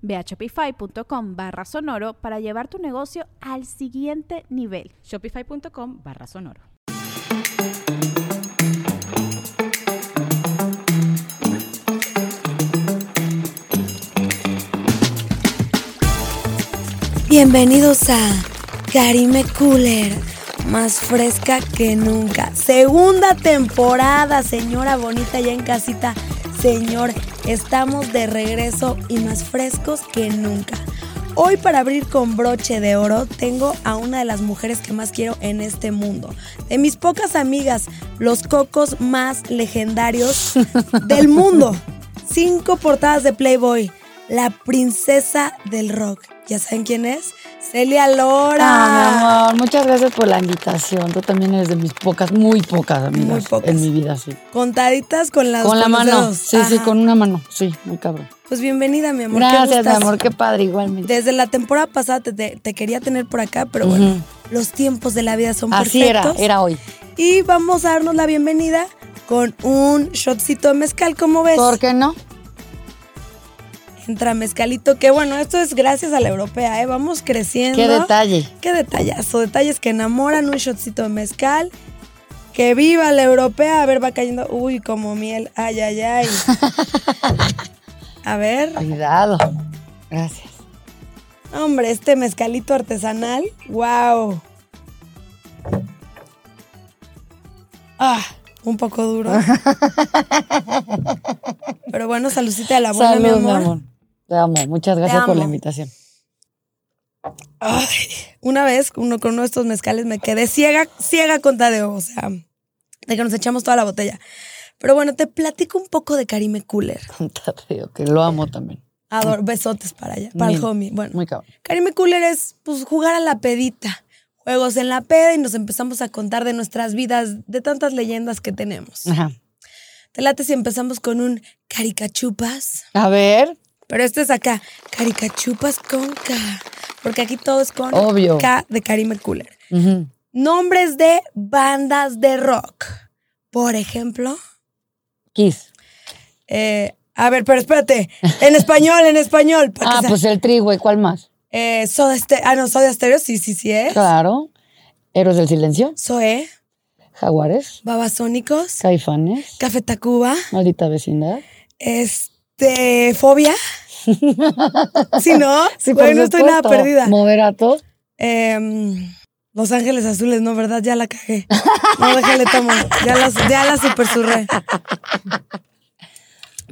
Ve a shopify.com barra sonoro para llevar tu negocio al siguiente nivel. Shopify.com barra sonoro. Bienvenidos a Karime Cooler, más fresca que nunca. Segunda temporada, señora bonita ya en casita, señor Estamos de regreso y más frescos que nunca. Hoy para abrir con broche de oro tengo a una de las mujeres que más quiero en este mundo. De mis pocas amigas, los cocos más legendarios del mundo. Cinco portadas de Playboy. La princesa del rock. ¿Ya saben quién es? Celia Lora. Ah, mi amor, muchas gracias por la invitación. Tú también eres de mis pocas, muy pocas amigas muy pocas. en mi vida, sí. Contaditas con las Con la mano. Sí, Ajá. sí, con una mano. Sí, muy cabrón. Pues bienvenida, mi amor. Gracias, mi amor, qué padre, igualmente. Desde la temporada pasada te, te, te quería tener por acá, pero uh -huh. bueno, los tiempos de la vida son Así perfectos. Así era, era hoy. Y vamos a darnos la bienvenida con un shotcito de mezcal, ¿cómo ves? ¿Por qué no? entra mezcalito, que bueno, esto es gracias a la europea, ¿eh? vamos creciendo. Qué detalle. Qué detallazo, detalles que enamoran, un shotcito de mezcal. Que viva la europea, a ver, va cayendo, uy, como miel, ay, ay, ay. a ver. Cuidado, gracias. Hombre, este mezcalito artesanal, wow. Ah, un poco duro. Pero bueno, saludcita de la buena, Salud, mi amor. Mi amor. Te amo, muchas gracias por la invitación. Ay, una vez uno con uno de estos mezcales me quedé ciega, ciega con Tadeo, o sea, de que nos echamos toda la botella. Pero bueno, te platico un poco de Karime Cooler. Con Tadeo, que lo amo también. Adoro, besotes para allá, para muy, el homie. Bueno, muy cabrón. Karime Cooler es pues, jugar a la pedita, juegos en la peda y nos empezamos a contar de nuestras vidas, de tantas leyendas que tenemos. Ah. Ajá. Te late si empezamos con un caricachupas. A ver. Pero este es acá, caricachupas con K. Porque aquí todo es con Obvio. K de Karime Cooler. Uh -huh. Nombres de bandas de rock. Por ejemplo. Kiss. Eh, a ver, pero espérate. En español, en español. Ah, pues el tri, güey. ¿Cuál más? Eh, soda Stereo. Ah, no, Soda Stereo sí, sí, sí es. Claro. Héroes del Silencio. Zoe. Jaguares. Babasónicos. Caifanes. Café Tacuba. Maldita vecindad. Este. Este, fobia. si ¿Sí, no, sí, bueno, no estoy nada perdida. Moderato. Eh, Los Ángeles Azules, no, ¿verdad? Ya la cagué. No, déjale tomo. Ya la, ya la supersurré.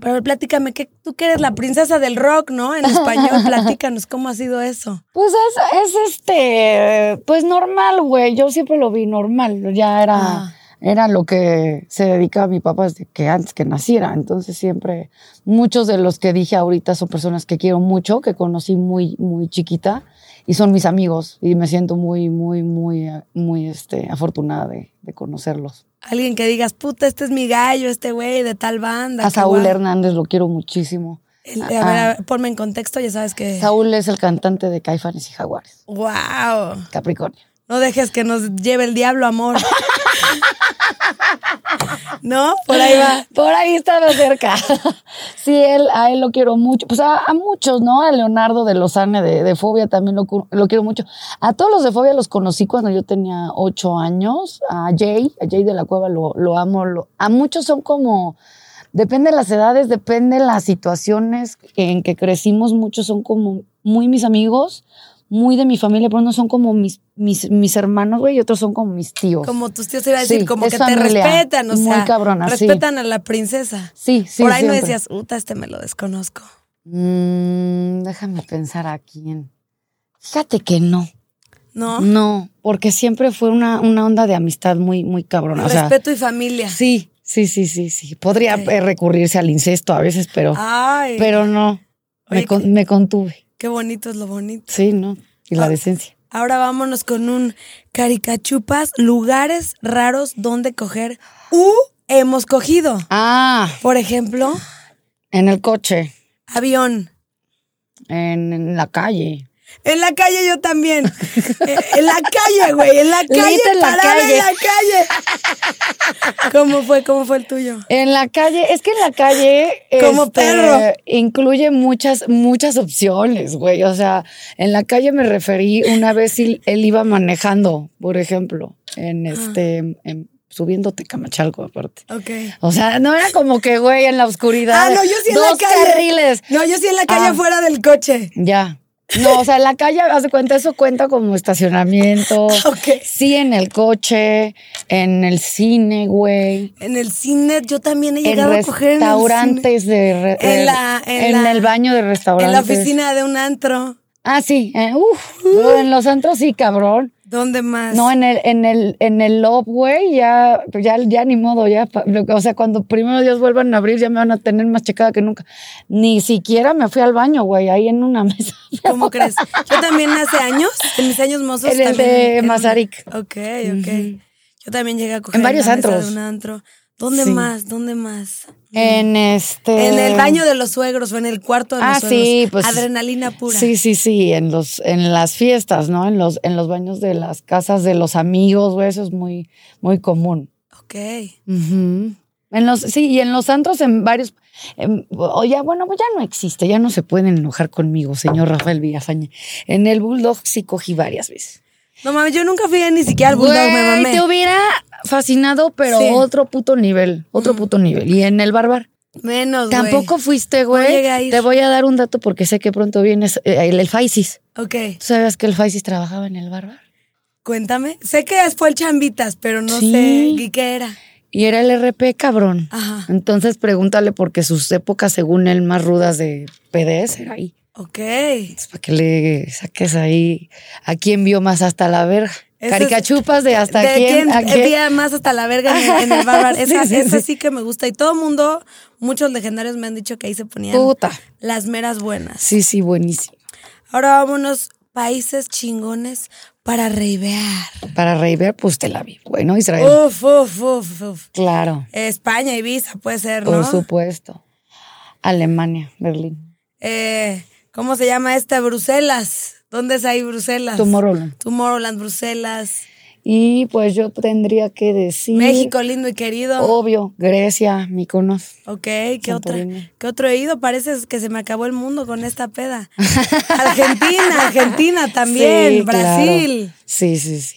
Pero platícame, que tú que eres la princesa del rock, ¿no? En español, platícanos, ¿cómo ha sido eso? Pues es, es este, pues normal, güey. Yo siempre lo vi normal. Ya era. Ah era lo que se dedicaba mi papá desde que antes que naciera. Entonces siempre muchos de los que dije ahorita son personas que quiero mucho, que conocí muy muy chiquita y son mis amigos y me siento muy muy muy muy este afortunada de, de conocerlos. Alguien que digas, "Puta, este es mi gallo, este güey de tal banda." A Saúl guay. Hernández lo quiero muchísimo. El, a, ver, a ver, ponme en contexto, ya sabes que Saúl es el cantante de Caifanes y Jaguares. Wow. Capricornio. No dejes que nos lleve el diablo, amor. ¿No? Por ahí va. Por ahí está más cerca. Sí, él, a él lo quiero mucho. Pues a, a muchos, ¿no? A Leonardo de Lozane de, de Fobia también lo, lo, quiero mucho. A todos los de Fobia los conocí cuando yo tenía ocho años. A Jay, a Jay de la Cueva lo, lo amo. Lo, a muchos son como. Depende de las edades, depende de las situaciones en que crecimos. Muchos son como muy mis amigos muy de mi familia, pero unos son como mis, mis, mis hermanos, güey, y otros son como mis tíos. Como tus tíos iba a decir, Pues, Sí, como es que te familia. respetan, o Muy sea, cabrona, sí. respetan a la princesa. sí, sí. Por ahí no siempre. decías, puta, este me lo desconozco. Mm, déjame pensar a quién. Fíjate que no. No, No, porque siempre fue una, una onda de amistad muy, muy cabrona. O sea, respeto y familia. sí, sí, sí, sí, sí. Podría Ok. eh, recurrirse al incesto a veces, pero, Ay, pero no. Ah, Oye, me, con- me contuve. qué bonito es lo bonito. Sí, ¿no? Y la Ah. decencia. Ahora vámonos con un caricachupas, lugares raros donde coger u hemos cogido. Ah, Por ejemplo, en el coche, avión. en, en la calle. En la calle yo también. Eh, en la calle, güey. En la calle, Lita en la parada calle. en la calle. ¿Cómo fue? ¿Cómo fue el tuyo? En la calle, es que en la calle Como este, perro. incluye muchas, muchas opciones, güey. O sea, en la calle me referí una vez si él iba manejando, por ejemplo, Ah. en este, en- subiéndote Camachalco, aparte. Ok. O sea, no era como que, güey, en la oscuridad. Ah, no, yo sí en dos la calle. carriles. No, yo sí en la calle Ah. fuera del coche. Ya. No, o sea, en la calle, haz de cuenta, eso cuenta como estacionamiento. Ok. Sí, en el coche, en el cine, güey. En el cine yo también he en llegado a coger en el cine. restaurantes de re- En de- la- en en la- el baño de restaurantes En la oficina de un antro. ah sí eh, uf, en los antros sí cabrón ¿Dónde más? no en el en el en el love güey ya ya ya ni modo ya pa- o sea cuando primero Dios vuelvan a abrir ya me van a tener más checada que nunca ni siquiera me fui al baño güey ahí en una mesa ¿Cómo crees? Yo también hace años, en mis años mozos. En el también, de en- Mazarik. Ok, ok. Yo también llegué a coger En varios la mesa antros. de un antro. ¿Dónde Sí. más? ¿Dónde más? en este En el baño de los suegros o en el cuarto de los Ah, suegros. sí, pues- Adrenalina pura. Sí, sí, sí, en los, en las fiestas, ¿no? En los, en los baños de las casas de los amigos, güey, eso es muy, muy común. Ok. Ujú. En los, sí, y en los antros en varios, en- o ya, bueno, pues ya no existe, ya no se pueden enojar conmigo, señor Rafael Villafañe. En el Bulldog sí cogí varias veces. No mames, yo nunca fui ni siquiera al bulldog, me Güey, mamé. te hubiera fascinado, pero Sí. otro puto nivel, otro puto nivel. Y en el Barbar. Menos, güey. Tampoco fuiste, llegué a güey. ir. Te voy a dar un dato porque sé que pronto vienes, eh, el, el Faisis. Ok, ¿Tú sabías que el Faisis trabajaba en el Barbar? cuéntame. Sé que fue el chambitas, pero no Sí. sé ¿y qué era. Y era el RP, cabrón. Ajá. Entonces pregúntale porque sus épocas, según él, más rudas de PDS era ahí. Ok. Entonces, Pues, para que le saques ahí a quién vio más hasta la verga. Ese es- Caricachupas de hasta ¿De quién, a quién. día más hasta la verga en el, en el Bárbaro. Sí, Esa, sí, esa sí. sí que me gusta. Y todo el mundo, muchos legendarios me han dicho que ahí se ponían Puta. las meras buenas. Sí, sí, buenísimo. Ahora vámonos, países chingones para reivear. Para reiver, pues Tel Aviv. Bueno, Israel. Uf, uf, uf, uf. claro, España, Ibiza puede ser, por ¿no? supuesto. Alemania, Berlín. Eh, ¿Cómo se llama esta? Bruselas. ¿Dónde es ahí Bruselas? Tomorrowland. Tomorrowland, Bruselas. Y pues yo tendría que decir. México lindo y querido. Obvio, Grecia, Mykonos. Ok, ¿qué, otra, Santorini. ¿qué otro he ido? Parece que se me acabó el mundo con esta peda. Argentina, Argentina también, Sí, Brasil. claro. Sí, sí, sí.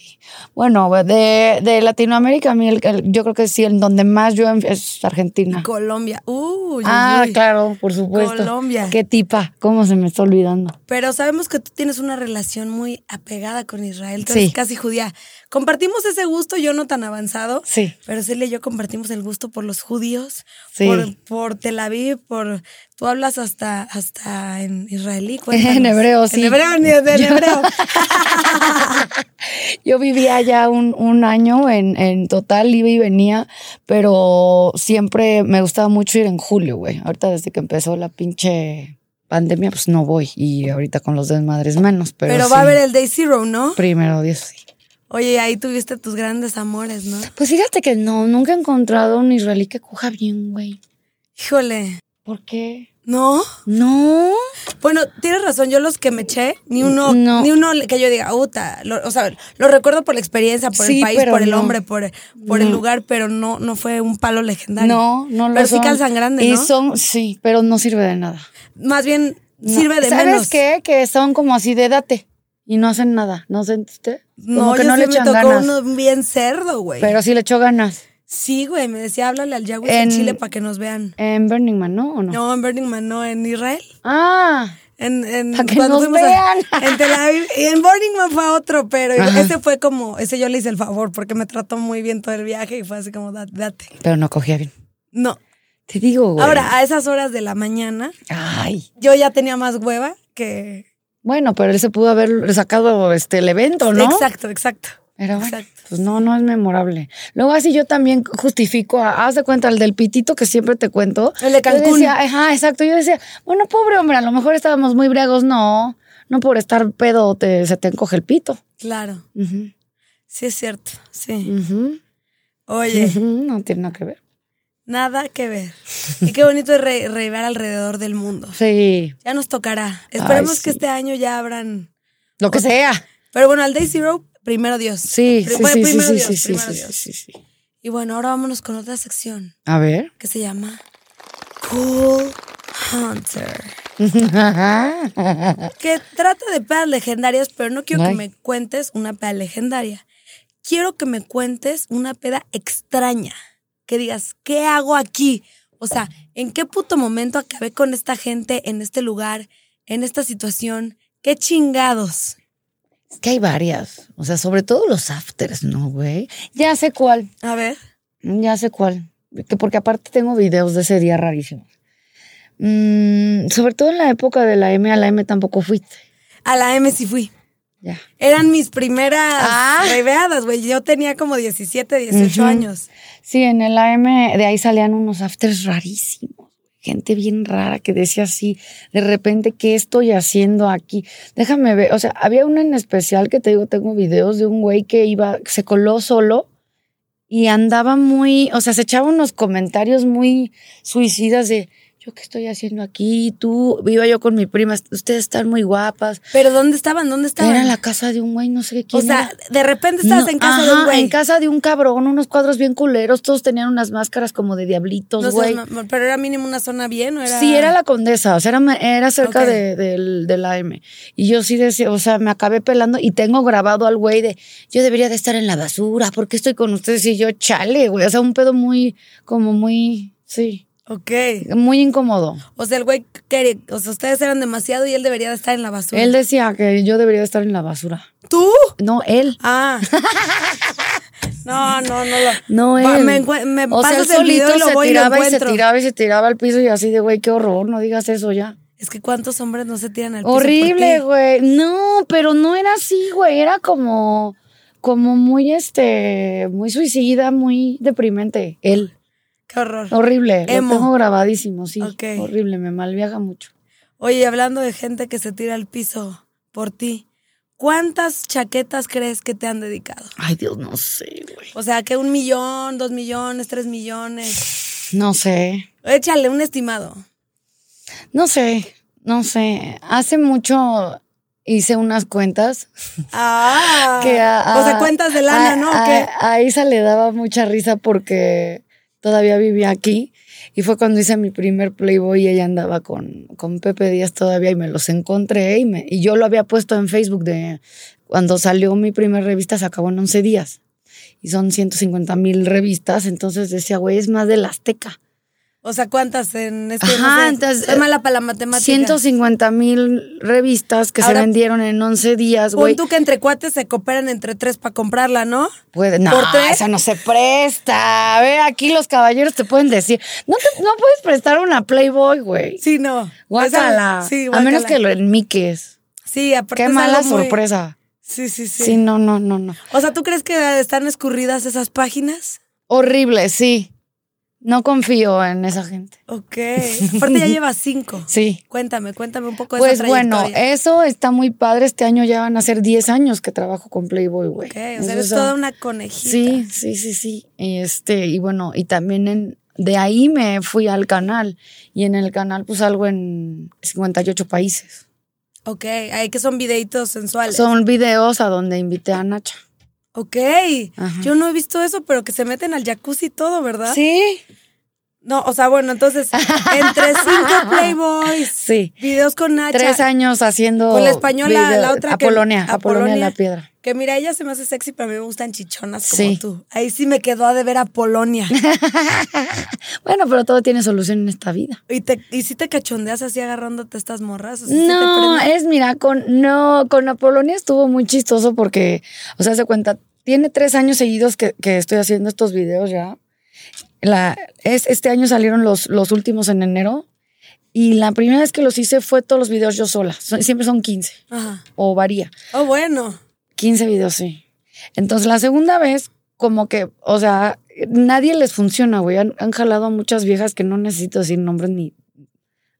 Bueno, de, de Latinoamérica, a mí el- el- yo creo que sí, en donde más yo en- es Argentina. Colombia. Uy, uy, ah, uy. claro, por supuesto. Colombia. Qué tipa, cómo se me está olvidando. Pero sabemos que tú tienes una relación muy apegada con Israel. Tú Sí. eres casi judía. Compartimos ese gusto, yo no tan avanzado. Sí. Pero Celia y yo compartimos el gusto por los judíos, Sí. por, por Tel Aviv, por... Tú hablas hasta, hasta en israelí. cuéntanos. En hebreo, sí. En hebreo, ni en hebreo. Yo vivía allá un, un año en, en total, iba y venía, pero siempre me gustaba mucho ir en julio, güey. Ahorita desde que empezó la pinche pandemia, pues no voy. Y ahorita con los desmadres menos, pero. Pero, va a sí, haber el Day Zero, ¿no? Primero, Dios sí. Oye, ahí tuviste tus grandes amores, ¿no? Pues fíjate que no, nunca he encontrado un israelí que coja bien, güey. Híjole, ¿Por qué? ¿no? No. Bueno, tienes razón, yo los que me eché, ni uno, No. ni uno que yo diga, uta, lo- o sea, lo recuerdo por la experiencia, por el Sí, país, pero por el no. hombre, por, por el lugar, pero no, no fue un palo legendario. No, no lo Pero sí son. calzan grande, Y ¿no? son, sí, pero no sirve de nada. Más bien sirve No. de ¿Sabes menos. qué? Que son como así de date y no hacen nada. ¿No sentiste? No, como que yo no sí le me echan tocó ganas. uno bien cerdo, güey. Pero sí le echó ganas. Sí, güey, me decía, háblale al Yagüe en En- Chile para que nos vean. En Burning Man, ¿no? ¿O no? No, en Burning Man, no, en Israel. Ah, En, en, Pa' que cuando nos fuimos a- vean. en Tel Aviv. Y en Burning Man fue otro, pero Ajá. ese fue como, ese yo le hice el favor porque me trató muy bien todo el viaje y fue así como, "Dat- date. Pero no cogía bien. No. Te digo, güey. Ahora, a esas horas de la mañana, Ay. yo ya tenía más hueva que... Bueno, pero él se pudo haber sacado este el evento, ¿no? Exacto, exacto. Pero bueno, Exacto. pues no, no es memorable. Luego así yo también justifico, a- haz de cuenta, el del pitito que siempre te cuento. El de Cancún. Yo decía, ajá, exacto. Yo decía, bueno, pobre hombre, a lo mejor estábamos muy briagos. No, no por estar pedo te, se te encoge el pito. Claro, Ujú, sí es cierto, sí. ujú, Oye, ujú, No tiene nada que ver. nada que ver. Y qué bonito es re- reivar alrededor del mundo. Sí, Ya nos tocará. Esperemos sí. que este año ya abran. lo que sea. Pero bueno, al Day Zero, primero Dios. Sí, Pri- sí, bueno, sí, sí, primero sí, Dios, sí, sí, primero sí, Dios. sí, sí, sí. Y bueno, ahora vámonos con otra sección A ver. que se llama Cool Hunter. que trata de pedas legendarias, pero no quiero Ay. que me cuentes una peda legendaria. Quiero que me cuentes una peda extraña. Que digas, ¿qué hago aquí? O sea, ¿en qué puto momento acabé con esta gente, en este lugar, en esta situación? ¿Qué chingados? Es que hay varias. O sea, sobre todo los afters, ¿no, güey? Ya sé cuál. A ver. Ya sé cuál. Que porque aparte tengo videos de ese día rarísimos. Mm, sobre todo en la época de la M, a la M tampoco fuiste. A la M sí fui. Ya. Eran mis primeras Ah. reveadas, güey. Yo tenía como 17, 18 Ujú. años. Sí, en el AM de ahí salían unos afters rarísimos. Gente bien rara que decía así, de repente, ¿qué estoy haciendo aquí? Déjame ver. O sea, había una en especial que te digo, tengo videos de un güey que iba, se coló solo y andaba muy, o sea, se echaba unos comentarios muy suicidas de, yo qué estoy haciendo aquí, tú, iba yo con mi prima, ustedes están muy guapas. Pero ¿dónde estaban? ¿Dónde estaban? Era la casa de un güey, no sé o quién sea, era. de repente estabas No, en casa de ajá, un güey. En casa de un cabrón, unos cuadros bien culeros, todos tenían unas máscaras como de No diablitos, seas güey. mamón, pero era mínimo una zona bien, ¿o era? Sí, era la condesa, o sea, era, era cerca Ok. de, del- de la M. Y yo sí decía, o sea, me acabé pelando y tengo grabado al güey de, yo debería de estar en la basura, ¿por qué estoy con ustedes? Y yo, chale, güey, o sea, un pedo muy, como muy, sí, Ok. muy incómodo. O sea, el güey quería. O sea, ustedes eran demasiado y él debería de estar en la basura. Él decía que yo debería de estar en la basura. ¿Tú? No, él. Ah. no, no, no. lo- No, Va, él. Me, encue- me o sea, él pasas el video y lo se voy y lo tiraba y se encuentro. tiraba y se tiraba al piso y así de, güey, qué horror, no digas eso ya. Es que cuántos hombres no se tiran al piso. por Horrible, ti? güey. No, pero no era así, güey. Era como, como muy, este, muy suicida, muy deprimente. Él. Qué horror. Horrible. Emo. Lo tengo grabadísimo, sí. Ok. Horrible, me malviaja mucho. Oye, hablando de gente que se tira al piso por ti, ¿cuántas chaquetas crees que te han dedicado? Ay, Dios, no sé, güey. O sea, que un millón, dos millones, tres millones. No sé. Échale un estimado. No sé. No sé. Hace mucho hice unas cuentas. Ah. que ah, a- o sea, a- cuentas de lana, a- ¿no? ¿O a- qué? A Isa le daba mucha risa porque todavía vivía aquí y fue cuando hice mi primer Playboy y ella andaba con, con Pepe Díaz todavía y me los encontré y, me, y yo lo había puesto en Facebook de cuando salió mi primera revista se acabó en 11 días y son 150 mil revistas, entonces decía, güey, es más del Azteca. O sea, ¿cuántas en este? Ajá, no sé, entonces, soy mala para la matemática. 150 mil revistas que Ahora, se vendieron en 11 días, Pon güey. tú que entre cuates se cooperan entre tres para comprarla, ¿no? Puede, no, ¿Por tres? esa no se presta. Ve, aquí los caballeros te pueden decir, no, te- no puedes prestar una Playboy, güey. Sí, no. Guácala. Esa- sí, A menos guácala. que lo enmiques. Sí, aparte Qué es mala algo muy- sorpresa. Sí, sí, sí, Sí. no, no, no, no. O sea, ¿tú crees que están escurridas esas páginas? Horrible, sí. No confío en esa gente. Ok. Aparte ya llevas cinco. Sí. Cuéntame, cuéntame un poco de Pues esa bueno, trayectoria. eso está muy padre. Este año ya van a ser 10 años que trabajo con Playboy, güey. Ok, o sea, pues Eso eres está- toda una conejita. Sí, sí, sí, sí. Y este, y bueno, y también en, de ahí me fui al canal. Y en el canal, pues algo en 58 países. Ok, ahí que son videitos sensuales. Son videos a donde invité a Nacha. Ok, Ajá. yo no he visto eso, pero que se meten al jacuzzi y todo, ¿verdad? Sí. No, o sea, bueno, entonces, entre cinco Playboys, Sí. videos con Nacha. Tres años haciendo. Con la española, video- la otra que- Apolonia, Apolonia, Apolonia. la piedra. Que mira, ella se me hace sexy, pero a mí me gustan chichonas como Sí. tú. Ahí sí me quedó a deber a Polonia. Bueno, pero todo tiene solución en esta vida. ¿Y, te, y si te cachondeas así agarrándote estas morras? ¿O sea, sí te No, prende? es mira, con no, con Apolonia estuvo muy chistoso porque, o sea, se cuenta, tiene tres años seguidos que, que estoy haciendo estos videos ya. La, es, este año salieron los, los últimos en enero y la primera vez que los hice fue todos los videos yo sola. Son- siempre son 15 Ajá. o varía. Oh, bueno. 15 videos, sí. Entonces la segunda vez, como que, o sea, nadie les funciona, güey. Han, han jalado a muchas viejas que no necesito decir nombres ni.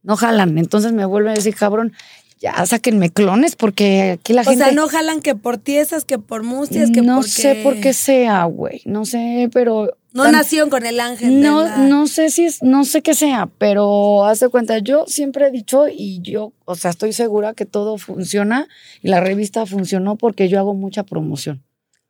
No jalan. Entonces me vuelven a decir, cabrón, ya sáquenme clones porque aquí la O gente. sea, no jalan que por tiesas, que por mustias, que no porque... sé por qué sea, güey. No sé, pero. No tan- nacieron con el ángel. de no, la- no sé si es, no sé qué sea, pero haz de cuenta, yo siempre he dicho y yo, o sea, estoy segura que todo funciona y la revista funcionó porque yo hago mucha promoción.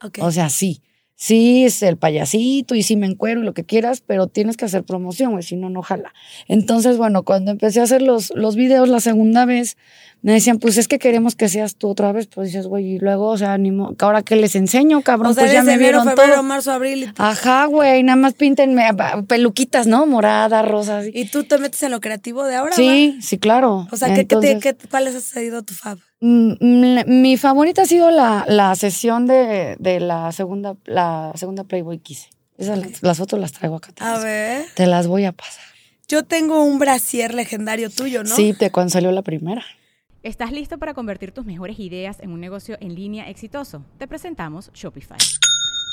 Ok. O sea, sí. Sí, es el payasito y sí me encuero y lo que quieras, pero tienes que hacer promoción, güey, si no, no jala. Entonces, bueno, cuando empecé a hacer los, los videos la segunda vez, me decían, pues es que queremos que seas tú otra vez. Pues dices, güey, y luego, o sea, ni mo- ¿ahora qué les enseño, cabrón? O sea, pues ya eres me enero, vieron febrero, todo. marzo, abril. Ajá, güey, nada más píntenme ah, peluquitas, ¿no? Morada, rosa, así. Y, y tú te metes en lo creativo de ahora, Sí, sí, claro. ¿va? O sea, ¿qué, qué te- Entonces- qué- ¿cuál ha sido tu fab? Mm, mm, la- Mi favorita ha sido la, la sesión de, de la segunda la segunda Playboy quise. Esas las, las fotos las traigo acá. Te A las, ver. te las voy a pasar. Yo tengo un brasier legendario tuyo, ¿no? Sí, te, cuando salió la primera. ¿Estás listo para convertir tus mejores ideas en un negocio en línea exitoso? Te presentamos Shopify.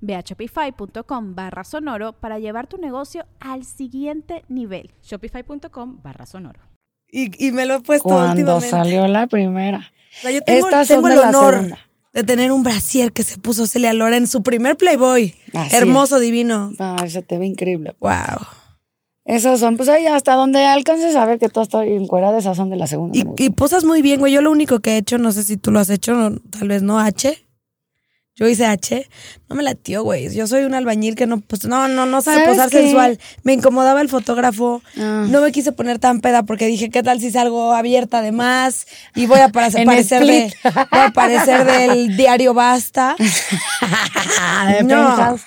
Ve a shopify.com barra sonoro para llevar tu negocio al siguiente nivel. Shopify.com barra sonoro. Y, y me lo he puesto Cuando últimamente. salió la primera. O sea, yo tengo, Estas son tengo el de la honor segunda. de tener un brasier que se puso Celia Lora en su primer Playboy. Así Hermoso, divino. No, se te ve increíble. Wow. Esas son, pues ahí hasta donde alcances a ver que tú estás encuerada, esas son de la segunda. Y, y posas muy bien, güey. Yo lo único que he hecho, no sé si tú lo has hecho, no- tal vez no, H. Yo hice H. No me latió, güey. Yo soy un albañil que no, pues, no, no, no sabe ¿Sabes posar qué? sensual. Me incomodaba el fotógrafo. Ah. No me quise poner tan peda porque dije, ¿qué tal si salgo abierta de más? Y voy a para- En parecer, de, split. voy a parecer del diario Basta. no. no,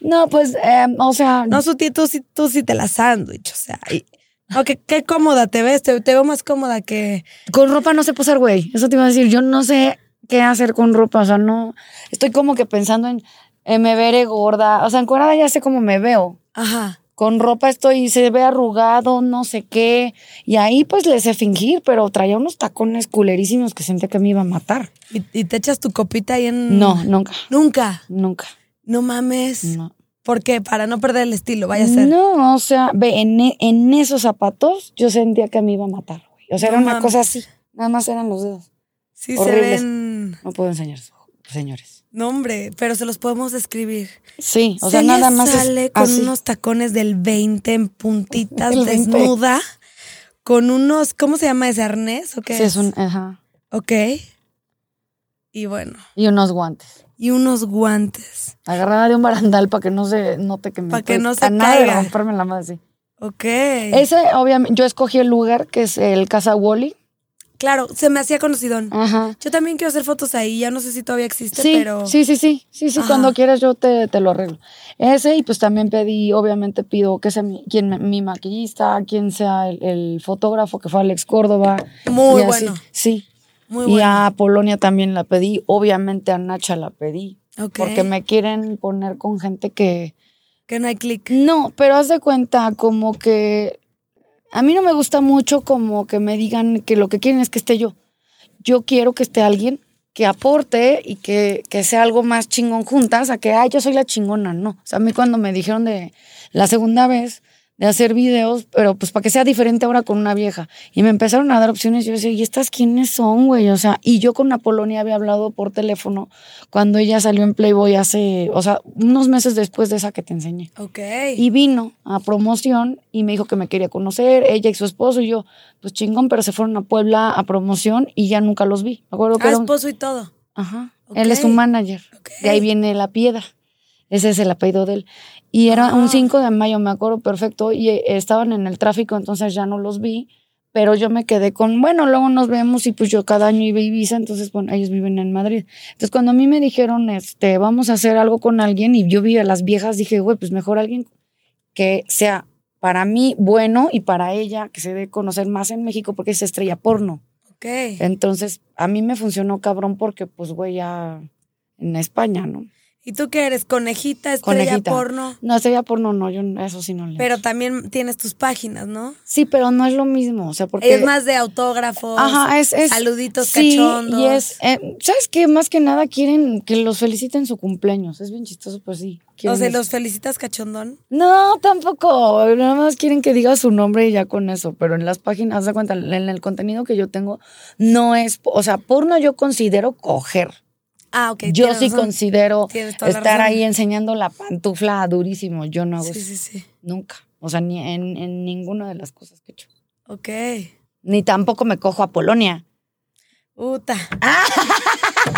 no, pues, eh, o sea, no, Suti, tú, sí- tú sí te la sándwich, o sea. y- no, qué, qué cómoda te ves. Te, te veo más cómoda que... Con ropa no sé posar, güey. Eso te iba a decir. Yo no sé qué hacer con ropa. O sea, no. Estoy como que pensando en eh, me veré gorda. O sea, encuadrada ya sé cómo me veo. Ajá. Con ropa estoy, se ve arrugado, no sé qué. Y ahí pues le sé fingir, pero traía unos tacones culerísimos que sentía que me iba a matar. Y, y te echas tu copita ahí en... No, nunca, Nunca. nunca. No mames. No. ¿Por qué? Para no perder el estilo, vaya a ser. No, o sea, ve, en, e- en esos zapatos yo sentía que me iba a matar, güey. O sea, era No una mames. cosa así. Nada más eran los dedos. Sí Horribles. se ven. No puedo enseñar, señores. No, hombre, pero se los podemos describir. Sí, o sea, Celia nada más. es sale con así. unos tacones del 20 en puntitas, El 20. desnuda, con unos, ¿cómo se llama ese arnés? ¿O qué Sí, es un, ajá. Ok. Y bueno, Y unos guantes. y unos guantes. Agarrada de un barandal para que no se note que me Pa' que estoy no se a nada de caiga. romperme la madre. sí. Ok. Ese, obviamente, yo escogí el lugar que es el Casa Wally. Claro, se me hacía conocidón. Ajá. Yo también quiero hacer fotos ahí, ya no sé si todavía existe, Sí, Este, pero... sí, sí, sí, sí, sí, Ajá. cuando quieras yo te, te lo arreglo. Ese, y pues también pedí, obviamente pido que sea mi, quien, me- mi maquillista, quien sea el, el fotógrafo que fue Alex Córdoba. Muy y así. bueno. Sí, Muy y bueno. a Polonia también la pedí, obviamente a Nacha la pedí, Ok. porque me quieren poner con gente que, Que no hay clic. No, pero haz de cuenta como que a mí no me gusta mucho como que me digan que lo que quieren es que esté yo. Yo quiero que esté alguien que aporte y que, que sea algo más chingón juntas, a que, ay, yo soy la chingona, no. O sea, a mí cuando me dijeron de la segunda vez de hacer videos, pero pues para que sea diferente ahora con una vieja. Y me empezaron a dar opciones, yo decía, ¿y estas quiénes son, güey? O sea, y yo con Apolonia había hablado por teléfono cuando ella salió en Playboy hace, o sea, unos meses después de esa que te enseñé. Ok. Mm. Y vino a promoción y me dijo que me quería conocer, ella y su esposo, y yo, pues chingón, pero se fueron a Puebla a promoción y ya nunca los vi. Me acuerdo ah, que era un- esposo y todo. Ajá. Ok. Él es su manager. Ok. De ahí viene la piedra. Ese es el apellido de él. Y era Ah. un 5 de mayo, me acuerdo perfecto, y eh, estaban en el tráfico, entonces ya no los vi, pero yo me quedé con, bueno, luego nos vemos y pues yo cada año iba a Ibiza, entonces bueno, ellos viven en Madrid. Entonces cuando a mí me dijeron, este, vamos a hacer algo con alguien y yo vi a las viejas, dije, güey, pues mejor alguien que sea para mí bueno y para ella que se dé a conocer más en México porque es estrella porno. Ok. Eh. Entonces, a mí me funcionó cabrón porque, pues, güey, ya en España, ¿no? ¿Y tú qué eres? ¿Conejita, estrella Conejita. porno? No, sería porno, no, yo n- eso sí no le. Pero también tienes tus páginas, ¿no? sí, pero no es lo mismo, o sea, porque... Es más de autógrafos. Ajá, es, es- saluditos sí, cachondos. y es... eh, ¿Sabes qué? Más que nada quieren que los feliciten su cumpleaños, es bien chistoso, pues sí. O quieren sea, eso. ¿los felicitas cachondón? No, tampoco. Nada más quieren que diga su nombre y ya con eso. Pero en las páginas, haz de cuenta, en el contenido que yo tengo, no es. O sea, porno yo considero coger. Ah, ok. yo tienes sí razón. considero Tienes toda la estar razón. ahí enseñando la pantufla durísimo. Yo no hago Sí, eso sí, sí. nunca. O sea, ni en, en ninguna de las cosas que he hecho. Ok. Ni tampoco me cojo a Polonia. Uta. Ah.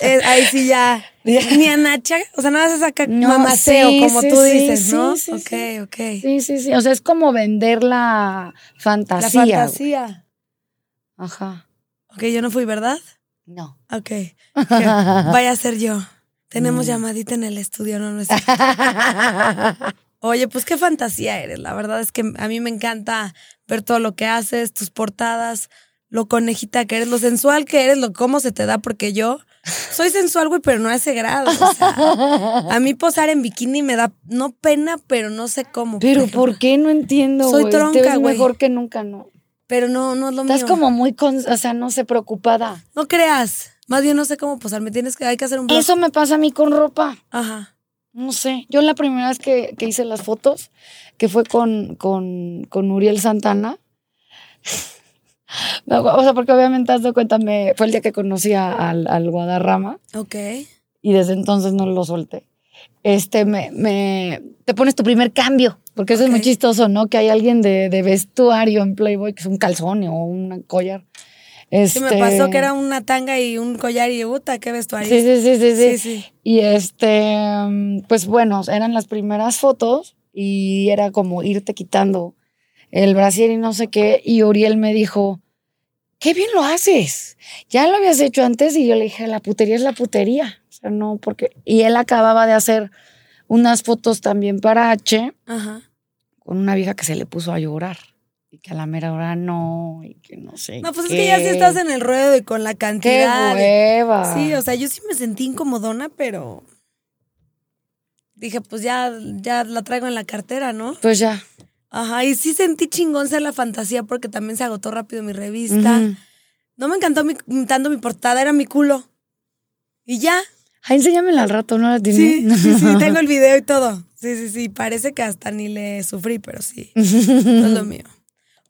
Eh, ahí sí ya. Ni a Nacha. O sea, nada más es acá No, mamaceo, sí, como sí, tú sí, dices, sí, ¿no? sí, ok, sí. ok. Sí, sí, sí. O sea, es como vender La la fantasía. güey. fantasía. Ajá. Ok, yo no fui, ¿verdad? No. Ok. Vaya a ser yo. Tenemos Mm. llamadita en el estudio, no, no es cierto. Oye, pues qué fantasía eres. La verdad es que a mí me encanta ver todo lo que haces, tus portadas, lo conejita que eres, lo sensual que eres, lo cómo se te da, porque yo soy sensual, güey, pero no a ese grado. o sea, a mí posar en bikini me da, no pena, pero no sé cómo. Pero ¿por qué? No entiendo, Soy güey. Te tronca, ves güey. mejor que nunca, ¿no? Pero no, no es lo Estás mío. como muy, con, o sea, no sé, preocupada. No creas. Más bien no sé cómo posar. Me tienes que, hay que hacer un blog. Eso me pasa a mí con ropa. Ajá. No sé, yo la primera vez que, que hice las fotos, que fue con, con, con Uriel Santana, me acu- o sea, porque obviamente has dado cuenta, me, fue el día que conocí a- al, al Guadarrama Ok. y desde entonces no lo solté. Este, me, me- te pones tu primer cambio, porque eso Ok. es muy chistoso, ¿no? Que hay alguien de, de vestuario en Playboy que es un calzón o un collar. Sí, Este, me pasó que era una tanga y un collar y puta, qué vestuario. Sí, sí, sí, sí, sí. sí, sí. Y este, mm, pues bueno, eran las primeras fotos y era como irte quitando el brasier y no sé qué. Y Uriel me dijo, qué bien lo haces. Ya lo habías hecho antes y yo le dije, la putería es la putería. O sea, no, porque... Y él acababa de hacer unas fotos también para H Ajá. con una vieja que se le puso a llorar y que a la mera hora no y que no sé No, pues es que ya sí qué. estás en el ruedo y con la Eh, ¡Qué cantidad. de- hueva! Sí, o sea, yo sí me sentí incomodona, pero dije, pues ya, ya la traigo en la cartera, ¿no? Pues ya. Ajá, y sí sentí chingón ser la fantasía porque también se agotó rápido mi revista. Ujú. No me encantó mi, tanto mi portada, era mi culo. Y ya, Ay, enséñamela al rato, ¿no la tienes? sí, sí, sí, tengo el video y todo. Sí, sí, sí, parece que hasta ni le sufrí, pero sí, no es lo mío.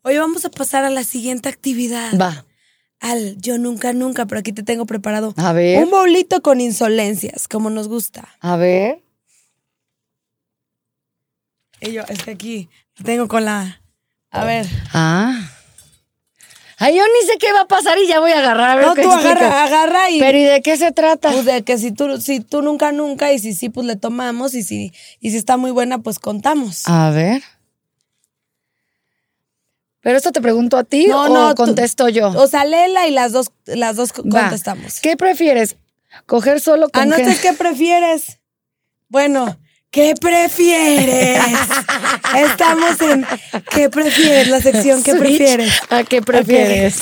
Hoy vamos a pasar a la siguiente actividad. Va, Al, yo nunca, nunca, pero aquí te tengo preparado a ver, Un bolito con insolencias, como nos gusta. a ver. Y yo, es que aquí tengo con la. A ver. Ah. Ay, yo ni sé qué va a pasar y ya voy a agarrar a ver No, qué tú explica. agarra, agarra y. Pero ¿y de qué se trata? pues, de que si tú, si tú nunca, nunca, y si sí, pues le tomamos, y si, y si está muy buena, pues contamos. A ver. Pero esto te pregunto a ti No, o no, tú- contesto yo. O sea, léela y las dos, las dos co- Va. contestamos. ¿Qué prefieres? ¿Coger solo con Anote gente? qué prefieres. Bueno, ¿qué prefieres? Estamos en ¿Qué prefieres? La sección ¿Qué Switch prefieres? ¿A qué prefieres?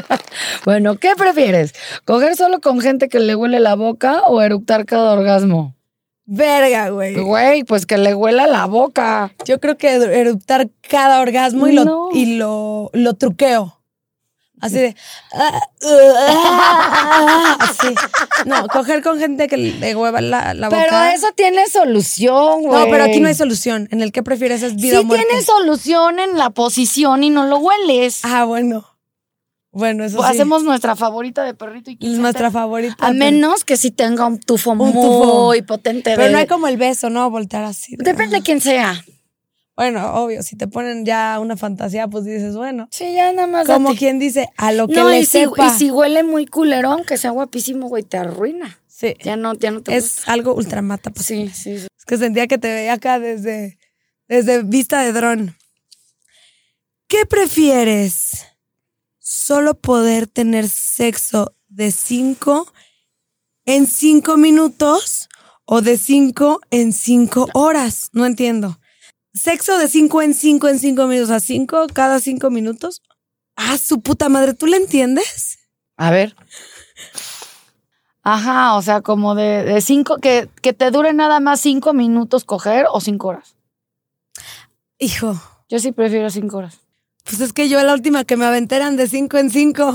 bueno, ¿qué prefieres? ¿Coger solo con gente que le huele la boca o eructar cada orgasmo? Verga, güey. Güey, pues que le huela la boca. Yo creo que eruptar cada orgasmo y, No. lo, y lo, lo truqueo. Así de. ah, uh, ah, así. No, coger con gente que le hueva la, la boca. Pero eso tiene solución, güey. No, pero aquí no hay solución. En el que prefieres es vida Sí o muerte. tiene solución en la posición y no lo hueles. Ah, bueno. Bueno, Pues eso sí. Pues Hacemos nuestra favorita de perrito y Es nuestra favorita. A pero- menos que sí tenga un tufo muy Un tufo. potente. Pero, de- no hay como el beso, ¿no? Voltar así. de- "Ah". Depende de quién sea. Bueno, obvio, si te ponen ya una fantasía, pues dices, bueno. Sí, ya nada más. Como date. quien dice, a lo que No, le y si, sepa. y si huele muy culerón, que sea guapísimo, güey, te arruina. Sí. Ya no, ya no te gusta. Es algo ultramata. Pues. Sí, sí, sí. Es que sentía que te veía acá desde, desde vista de dron. ¿Qué prefieres? ¿Solo poder tener sexo de 5 en 5 minutos o de 5 en 5 horas? No entiendo. ¿Sexo de 5 en 5 en 5 minutos? ¿A 5 cada 5 minutos? Ah, su puta madre, ¿tú la entiendes? A ver. Ajá, o sea, como de, de cinco, que, que te dure nada más cinco minutos coger o cinco horas. Hijo, Yo sí prefiero cinco horas. Pues es que yo la última que me aventé eran de cinco en cinco.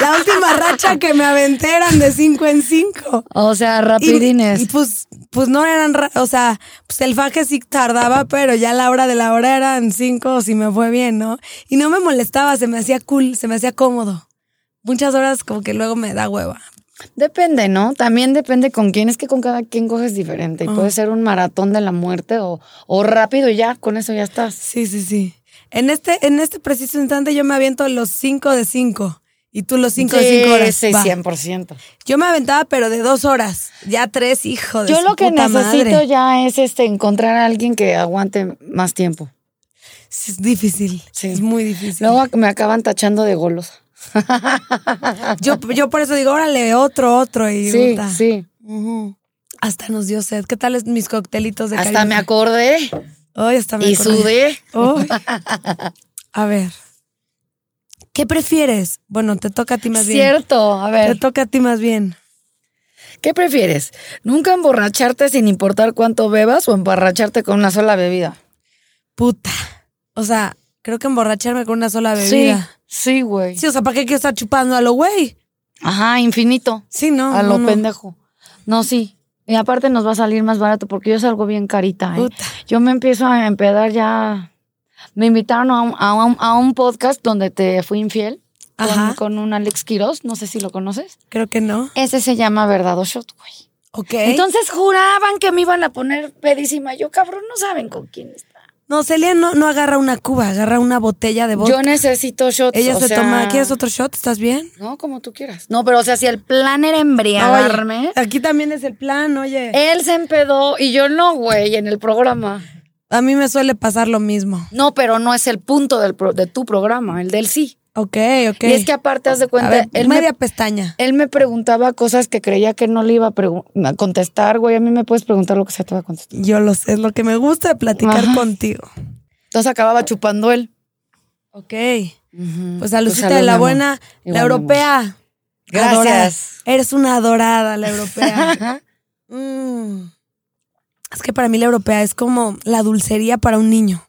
la última racha que me aventé eran de cinco en cinco. O sea, Y- Y, pues, pues no eran, ra- o sea, pues el faje sí tardaba, pero ya a la hora de la hora eran cinco si me fue bien, ¿no? Y no me molestaba, se me hacía cool, se me hacía cómodo. Muchas horas como que luego me da hueva. Depende, ¿no? También depende con quién. Es que con cada quien coges diferente. Y Ah. puede ser un maratón de la muerte o, o rápido y ya, con eso ya estás. Sí, sí, sí. En este, en este preciso instante yo me aviento los cinco de cinco. Y tú los cinco de cinco horas. Sí, Va. 100%. Yo me aventaba, pero de dos horas. Ya tres, hijo de Yo su lo que puta necesito madre. ya es este encontrar a alguien que aguante más tiempo. Sí, Es difícil. Sí. Es muy difícil. Luego me acaban tachando de golos. Yo, yo por eso digo, órale, otro, otro. Y Sí, puta. sí. Ujú. Hasta nos dio sed. ¿Qué tal es mis coctelitos de Hasta cariño? me acordé Ay, hasta me y acordé. sudé. Ay. A ver. ¿Qué prefieres? Bueno, te toca a ti más bien. Cierto, a Te ver. toca a ti más bien. ¿Qué prefieres? ¿Nunca emborracharte sin importar cuánto bebas o emborracharte con una sola bebida? Puta. O sea, creo que emborracharme con una sola bebida. Sí, güey. Sí, o sea, ¿para qué quiero estar chupando a lo güey? Ajá, infinito. Sí, no. a lo no, no. pendejo. No, sí. Y aparte nos va a salir más barato porque yo salgo bien carita. ¿eh? Puta. Yo me empiezo a empedar ya. Me invitaron a un, a un- a un podcast donde te fui infiel con- Ajá. Con, un Alex Quiroz. No sé si lo conoces. Creo que no. Ese se llama Verdad o Shot, güey. Ok. Entonces juraban que me iban a poner pedísima. Yo, cabrón, no saben con quién está. No, Celia no, no agarra una cuba, agarra una botella de vodka. Yo necesito shots. Ella o se sea, toma, ¿quieres otro shot? ¿Estás bien? No, como tú quieras. No, pero o sea, si el plan era embriagarme, Aquí también es el plan, oye. Él se empedó y yo no, güey, en el programa. A mí me suele pasar lo mismo. No, pero no es el punto del pro- de tu programa, el del sí. Ok, ok. Y es que aparte, haz de A cuenta, ver, él me media pestaña. Él me preguntaba cosas que creía que no le iba a, pregu- a contestar, güey. A mí me puedes preguntar lo que sea, te voy a contestar. Yo lo sé, es lo que me gusta de platicar Ajá. contigo. Entonces acababa chupando él. Ok. Pues a Lucita de la Buena, Igual, la mi europea. Gracias. Adorada. Eres una adorada, la europea. Mm. Es que para mí la europea es como la dulcería para un niño.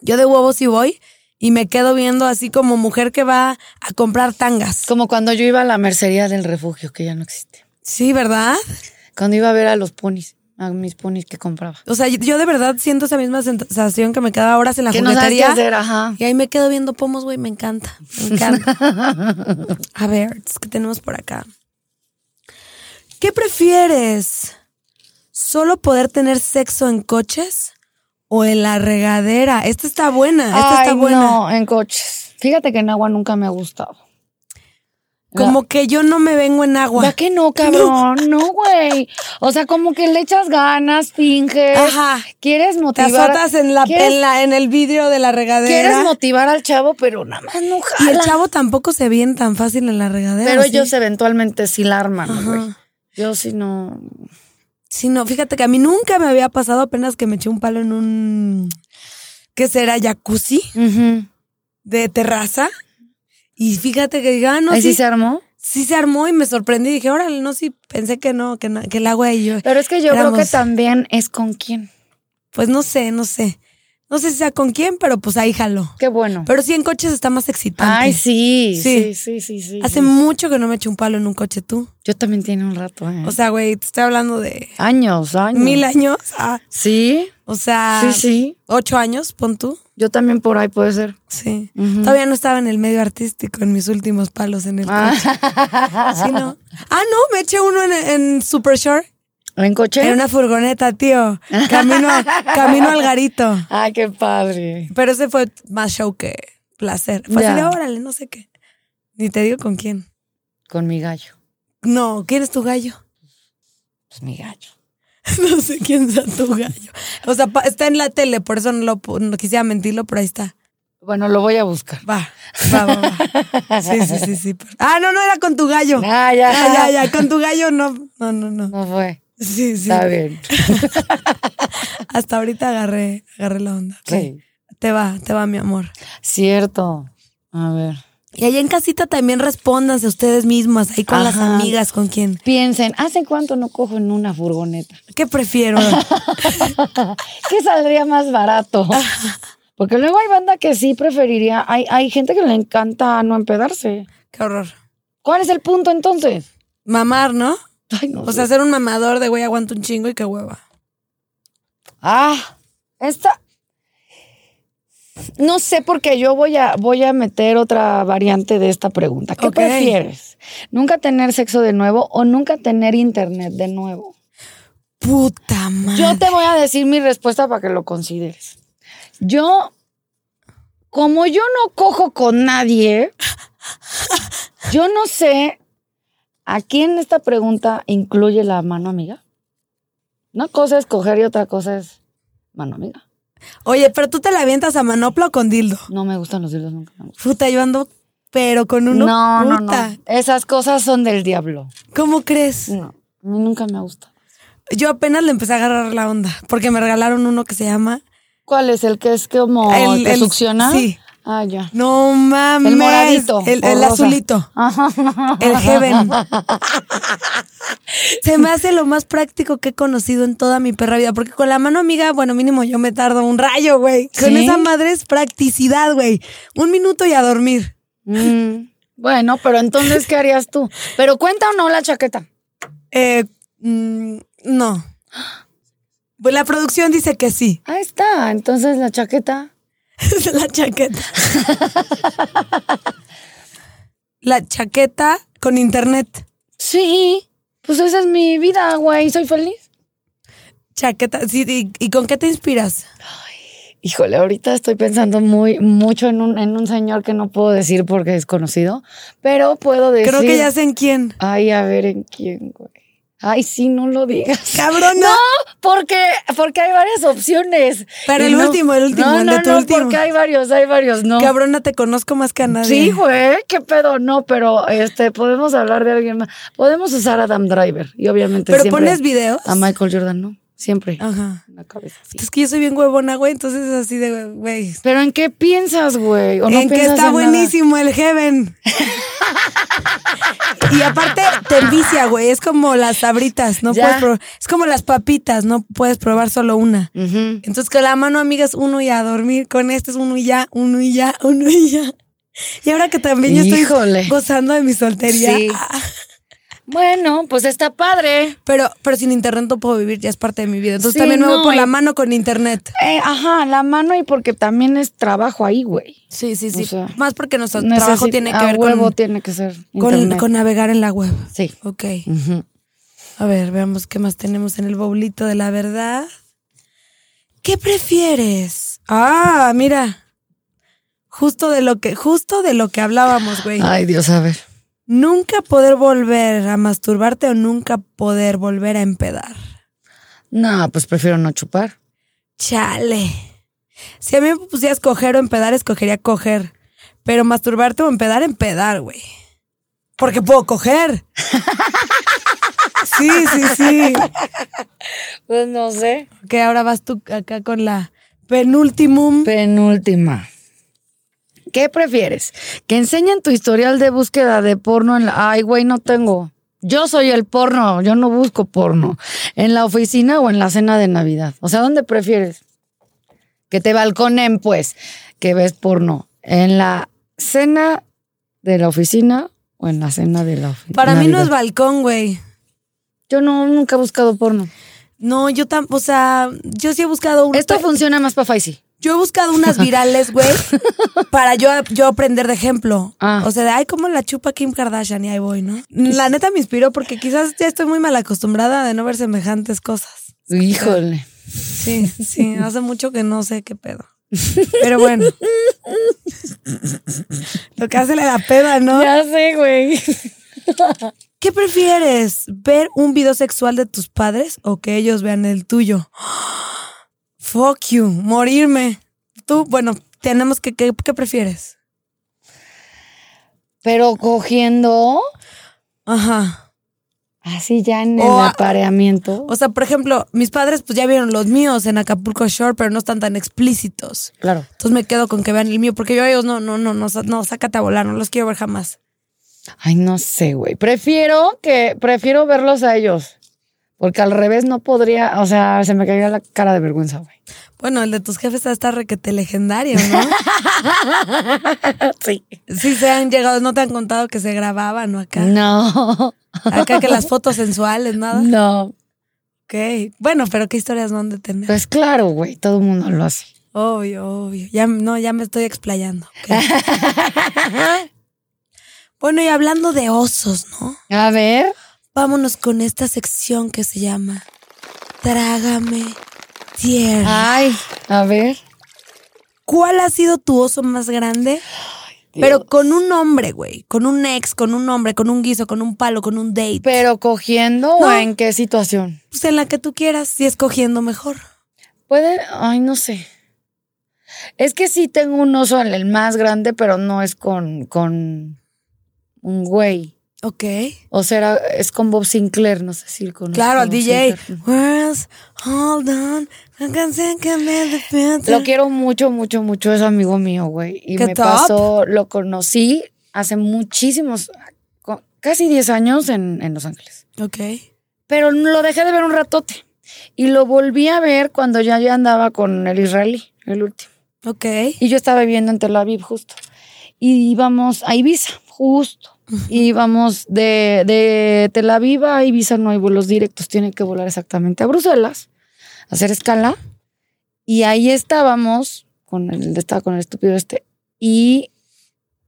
Yo de huevos sí voy y me quedo viendo así como mujer que va a comprar tangas. Como cuando yo iba a la mercería del refugio, que ya no existe. Sí, ¿verdad? Cuando iba a ver a los ponis, a mis ponis que compraba. O sea, yo- yo de verdad siento esa misma sensación que me quedaba horas en la Que no sabes qué juguetería. hacer, ajá. y ahí me quedo viendo pomos, güey, me encanta, me encanta. A ver, ¿qué tenemos por acá? ¿Qué prefieres? ¿Solo poder tener sexo en coches o en la regadera? Esta está buena, esta está Ay, buena. no, en coches. Fíjate que en agua nunca me ha gustado. Como que yo no me vengo en ¿Ya agua. que no, cabrón? No, güey. O sea, como que le echas ganas, finges. Ajá. Quieres Te motivar. azotas en la, ¿Quieres en la- en el vidrio de la regadera. Quieres motivar al chavo, pero nada más no y el jala. chavo tampoco se viene tan fácil en la regadera. Pero ¿sí? ellos eventualmente sí la arman, Ajá. güey. Yo sí no. Sí, no, fíjate que a mí nunca me había pasado apenas que me eché un palo en un. ¿Qué será? Jacuzzi Ujú. de terraza. Y fíjate que diga, ah, no, Ahí sí. sí, se armó. sí se armó y me sorprendí. Dije, órale, no, sí, pensé que no, que, na- que el agua y yo. Pero es que yo creo Éramos- que también es con quién. Pues no sé, no sé. No sé si sea con quién, pero pues ahí jaló. Qué bueno. Pero sí en coches está más excitante. Ay, sí, Sí. sí, sí, sí, sí. Hace sí. mucho que no me echo un palo en un coche tú. Yo también tiene un rato, ¿eh? O sea, güey, te estoy hablando de años, años. mil Ah. años. Ah, Sí, o sea, sí, sí. ocho años, pon tú. Yo también por ahí puede ser. Sí. Ujú. Todavía no estaba en el medio artístico, en mis últimos palos en el Ah, coche. Sí, no. Ah, no, me eché uno en, en Super Shore. ¿En coche? En una furgoneta, tío. Camino, camino al garito. Ay, Ah, qué padre. Pero ese fue más show que placer. Fue así de Ya. órale, no sé qué. Ni te digo con quién. Con mi gallo. No, ¿quién es tu gallo? Pues mi gallo. No sé quién sea tu gallo. O sea, pa- está en la tele, por eso no, lo, pu- no quisiera mentirlo, pero ahí está. Bueno, lo voy a buscar. Va, va, va, va. Sí, sí, sí, sí. Ah, no, no era con tu gallo. Ah, ya. Ah, ya, ya, con tu gallo no. No, no, no. No fue. Sí, sí. Está bien. Hasta ahorita agarré, agarré la onda. Sí. Te va, te va, mi amor. Cierto. A ver. Y allá en casita también respóndanse ustedes mismas, ahí con las Ajá. amigas, con quién. Piensen, ¿hace cuánto no cojo en una furgoneta? ¿Qué prefiero? ¿Qué saldría más barato? Porque luego hay banda que sí preferiría. Hay, hay gente que le encanta no empedarse. Qué horror. ¿Cuál es el punto entonces? Mamar, ¿no? Ay, no O sea, sé. ser un mamador de güey, aguanto un chingo y qué hueva. Ah, esta. No sé porque yo voy a, voy a meter otra variante de esta pregunta. ¿Qué Ok. prefieres? ¿Nunca tener sexo de nuevo o nunca tener internet de nuevo? Puta madre. Yo te voy a decir mi respuesta para que lo consideres. Yo, como yo no cojo con nadie, yo no sé a quién esta pregunta incluye la mano amiga. Una cosa es coger y otra cosa es mano amiga. Oye, pero tú te la avientas a manopla o con dildo. No me gustan los dildos nunca. me gustan. Puta, yo ando, pero con uno. No, no, puta. no. Esas cosas son del diablo. ¿Cómo crees? No, a mí nunca me gusta. Yo apenas le empecé a agarrar la onda, porque me regalaron uno que se llama. ¿Cuál es el que es como El- el, que el- succiona? sí. Ah, ya. No mames. El moradito El, o el rosa. azulito. El heaven. Se me hace lo más práctico que he conocido en toda mi perra vida, porque con la mano amiga, bueno, mínimo yo me tardo un rayo, güey. Con ¿Sí? esa madre es practicidad, güey. Un minuto y a dormir. Mm, bueno, pero entonces, ¿qué harías tú? ¿Pero cuenta o no la chaqueta? Eh, mm, no. Pues la producción dice que sí. Ahí está, entonces la chaqueta. la chaqueta. la chaqueta con internet. Sí, pues esa es mi vida, güey, soy feliz. Chaqueta. Sí, y, y con qué te inspiras? Híjole, ahorita estoy pensando muy mucho en un, en un señor que no puedo decir porque es conocido, pero puedo decir... Creo que ya sé en quién. Ay, a ver en quién, güey. Ay, sí, no lo digas. Cabrona. No, porque, porque hay varias opciones. Pero Y el no- último, el último, No, el no, de tu no, último. porque hay varios, hay varios, no. Cabrona, te conozco más que a nadie. Sí, güey, qué pedo, no, pero este, podemos hablar de alguien más. Podemos usar a Adam Driver y obviamente Pero siempre pones videos. Ah. a Michael Jordan, ¿no? Siempre. Ajá. En la cabeza, sí. Es que yo soy bien huevona, güey, entonces es así de, güey. Pero ¿en qué piensas, güey? ¿O no en que piensas está en nada? buenísimo el Heaven. y aparte te envicia, güey. Es como las sabritas, no Ya. puedes probar. Es como las papitas, no puedes probar solo una. Ujú. Entonces con la mano amiga es uno y a dormir. Con este es uno y ya, uno y ya, uno y ya. Y ahora que también yo estoy Híjole. gozando de mi soltería. ah, Sí. Bueno, pues está padre. Pero, pero sin internet no puedo vivir, ya es parte de mi vida. Entonces Sí, también me voy no, por y- la mano con internet. Eh, ajá, la mano y porque también es trabajo ahí, güey. Sí, sí, sí. O sea, Más porque nuestro Necesi- trabajo tiene que a ver huevo con, tiene que ser con, internet. con navegar en la web. Sí. Ok. Ujú. A ver, veamos qué más tenemos en el boblito de la verdad. ¿Qué prefieres? Ah, mira. Justo de lo que, justo de lo que hablábamos, güey. Ay, Dios, a ver. Nunca poder volver a masturbarte o nunca poder volver a empedar. No, pues prefiero no chupar. Chale. Si a mí me pusieras coger o empedar, escogería coger. Pero masturbarte o empedar, empedar, güey. Porque puedo coger. Sí, sí, sí. Pues no sé. Que ahora vas tú acá con la penultimum. Penúltima. ¿Qué prefieres? ¿Que enseñen tu historial de búsqueda de porno en la... Ay, güey, no tengo. Yo soy el porno, yo no busco porno. ¿En la oficina o en la cena de Navidad? O sea, ¿dónde prefieres? Que te balconen, pues, que ves porno. ¿En la cena de la oficina o en la cena de la oficina? Para mí no es balcón, güey. Yo no, nunca he buscado porno. No, yo tampoco, o sea, yo sí he buscado un... Esto funciona más para Faisy. Yo he buscado unas virales, güey, para yo, yo aprender de ejemplo. Ah. O sea, de, ay, cómo la chupa Kim Kardashian y ahí voy, ¿no? La neta me inspiró porque quizás ya estoy muy mal acostumbrada de no ver semejantes cosas. Híjole. Sí, sí, hace mucho que no sé qué pedo. Pero bueno. Lo que hace la peda, ¿no? Ya sé, güey. ¿Qué prefieres? ¿Ver un video sexual de tus padres o que ellos vean el tuyo? Fuck you, morirme. Tú, bueno, tenemos que, ¿qué, qué prefieres? Pero cogiendo Ajá. así ya en O el a- apareamiento. O sea, por ejemplo, mis padres pues ya vieron los míos en Acapulco Shore, pero no están tan explícitos. Claro. Entonces me quedo con que vean el mío, porque yo a ellos no, no, no, no, sa- no, sácate a volar, no los quiero ver jamás. Ay, no sé, güey. Prefiero que, prefiero verlos a ellos. Porque al revés no podría, o sea, se me caería la cara de vergüenza, güey. Bueno, el de tus jefes está requete legendario, ¿no? Sí. sí se han llegado, no te han contado que se grababan o acá. No, Acá que las fotos sensuales, nada. no. Ok. Bueno, pero qué historias no han de tener. Pues claro, güey, todo el mundo lo hace. Obvio, obvio. Ya, no, ya me estoy explayando. ok. bueno, y hablando de osos, ¿no? A ver. Vámonos con esta sección que se llama Trágame tierra. Ay, a ver. ¿Cuál ha sido tu oso más grande? Pero con un hombre, güey. Con un ex, con un hombre, con un guiso, con un palo, con un date. Pero cogiendo o No. en qué situación? Pues en la que tú quieras, si escogiendo mejor. Puede, ay, no sé. Es que sí tengo un oso, el el más grande, pero no es con, con un güey. Ok. O sea, era- es con Bob Sinclair, no sé si lo conoces. Claro, al Bob DJ. Sinclair. Where's hold on? I can't think of the future. Lo quiero mucho, mucho, mucho, es amigo mío, güey. Y Qué me top. pasó, lo conocí hace muchísimos, co- casi 10 años en, en Los Ángeles. Ok. Pero lo dejé de ver un ratote. Y lo volví a ver cuando ya, ya andaba con el israelí, el último. Ok. Y yo estaba viviendo en Tel Aviv justo. Y íbamos a Ibiza, justo. Y íbamos de, de Tel Aviv a Ibiza, no hay vuelos directos, tiene que volar exactamente a Bruselas, hacer escala. Y ahí estábamos, con el, estaba con el estúpido este, y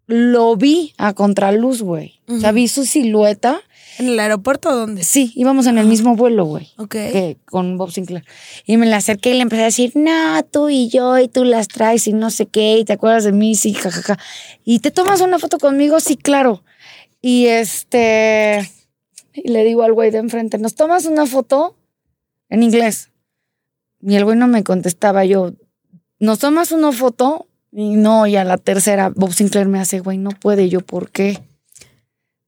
lo vi a contraluz, güey. O sea, Ujú. vi su silueta. ¿En el aeropuerto o dónde? Sí, íbamos en el mismo vuelo, güey Ok. que con Bob Sinclair. Y me la acerqué y le empecé a decir, no, tú y yo, y tú las traes, y no sé qué, y te acuerdas de mí, sí, jajaja. Y te tomas una foto conmigo, sí, claro. Y este, y le digo al güey de enfrente, ¿nos tomas una foto? En inglés. Y el güey no me contestaba, yo, ¿nos tomas una foto? Y no, y a la tercera, Bob Sinclair me hace, güey, no puede, Y yo, ¿por qué?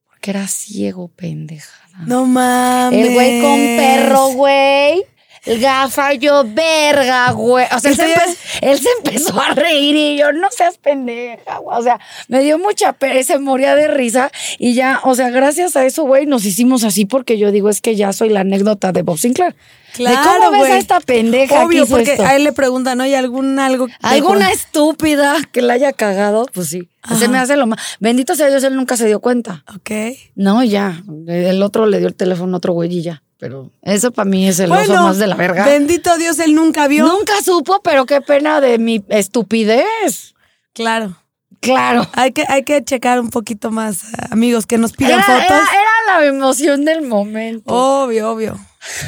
Porque era ciego, pendejada. No mames. El güey con perro, güey. El gafa, yo, verga, güey. O sea, él se, Estoy- empe- él se empezó a reír y yo, no seas pendeja, güey. O sea, me dio mucha pereza, moría de risa. Y ya, o sea, gracias a eso, güey, nos hicimos así porque yo digo, es que ya soy la anécdota de Bob Sinclair. De Claro, ¿Cómo ves a güey. esta pendeja que Obvio, hizo porque esto? a él le preguntan, ¿no? ¿Hay algún algo? de ¿Alguna cu- estúpida que la haya cagado? Pues sí. Se Ajá. me hace lo más. Bendito sea Dios, él nunca se dio cuenta. Ok. No, ya. El otro le dio el teléfono a otro güey y ya. Pero eso para mí es el oso Bueno, más de la verga. Bendito Dios, él nunca vio. Nunca supo, pero qué pena de mi estupidez. Claro. Claro. Hay que, hay que checar un poquito más, eh, amigos, que nos pidan Era, fotos. era- era la emoción del momento. Obvio, obvio.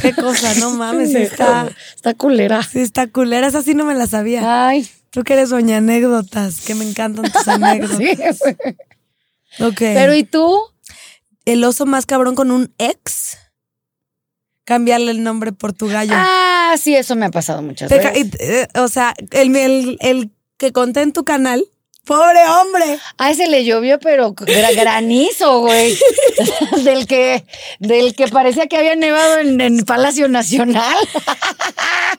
Qué cosa, no mames. sí está, Está culera. sí está culera. Esa sí no me la sabía. Ay, Tú que eres doña anécdotas, que me encantan tus anécdotas. Ah. sí, güey. Ok. Pero ¿y tú? el oso más cabrón con un ex, cambiarle el nombre por tu gallo. Ah, sí, eso me ha pasado muchas Te ca- veces. y- eh, o sea, el, el- el que conté en tu canal. ¡Pobre hombre! A ese le llovió, pero era granizo, güey. del que, del que parecía que había nevado en, en Palacio Nacional.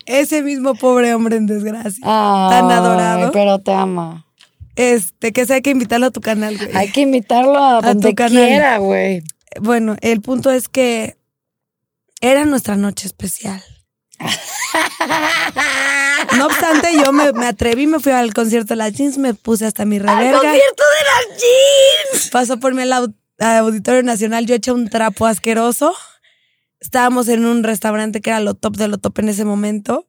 Ese mismo pobre hombre en desgracia. Ay, Tan adorado. Pero te ama. Este, que sea, hay que invitarlo a tu canal, güey. Hay que invitarlo a, tu donde canal. quiera, güey. Bueno, el punto es que era nuestra noche especial. No obstante, yo me, me atreví, me fui al concierto de las jeans, me puse hasta mi reverga. ¡Concierto de las jeans! Pasó por mí al au- al Auditorio Nacional, yo eché un trapo asqueroso. Estábamos en un restaurante que era lo top de lo top en ese momento.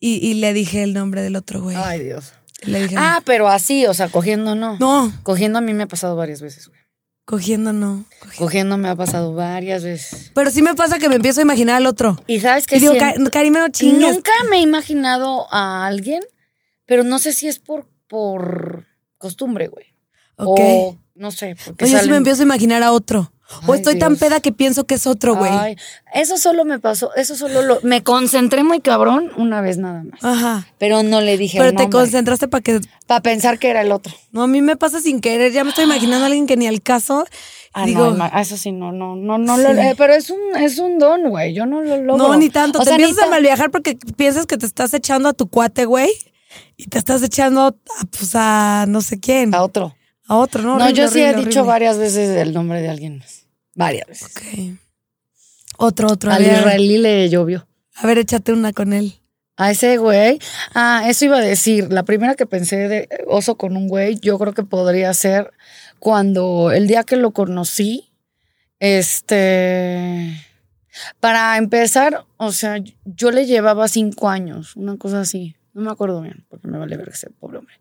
Y, y le dije el nombre del otro güey. Ay, Dios. Le dije, Ah, pero así, o sea, cogiendo no. no, Cogiendo a mí me ha pasado varias veces, güey. cogiendo no. cogiendo. Cogiendo me ha pasado varias veces. Pero sí me pasa que me empiezo a imaginar al otro. Y sabes que Y digo, siento- "Ka- Karime, no chingues. Nunca me he imaginado a alguien, pero no sé si es por, por costumbre, güey. Ok. O no sé. Porque No, yo sí me salen- empiezo a imaginar a otro. o Ay, estoy tan Dios. peda que pienso que es otro, güey. Ay, Eso solo me pasó, eso solo lo... Me concentré muy cabrón una vez nada más. Ajá. Pero no le dije Pero te concentraste para que. Para pensar que era el otro. No, a mí me pasa sin querer. Ya me estoy imaginando a alguien que ni al caso. Ah, digo, no, ma- eso sí, no, no, no, no lo- Sí. eh, pero es un, es un don, güey. Yo no lo logro. No, ni tanto. O te sea, ni empiezas a tan- malviajar porque piensas que te estás echando a tu cuate, güey. Y te estás echando a, pues, a no sé quién. a A, otro. otro, ¿no? no, Horrible, yo sí he horrible, dicho horrible. varias veces el nombre de alguien más. Varias veces. Ok. Otro, otro. A Al ver, israelí le llovió. a ver, échate una con él. A ese güey. Ah, eso iba a decir. La primera que pensé de oso con un güey, yo creo que podría ser cuando el día que lo conocí, este. Para empezar, o sea, yo le llevaba cinco años, una cosa así. No me acuerdo bien, porque me vale ver ese pobre hombre.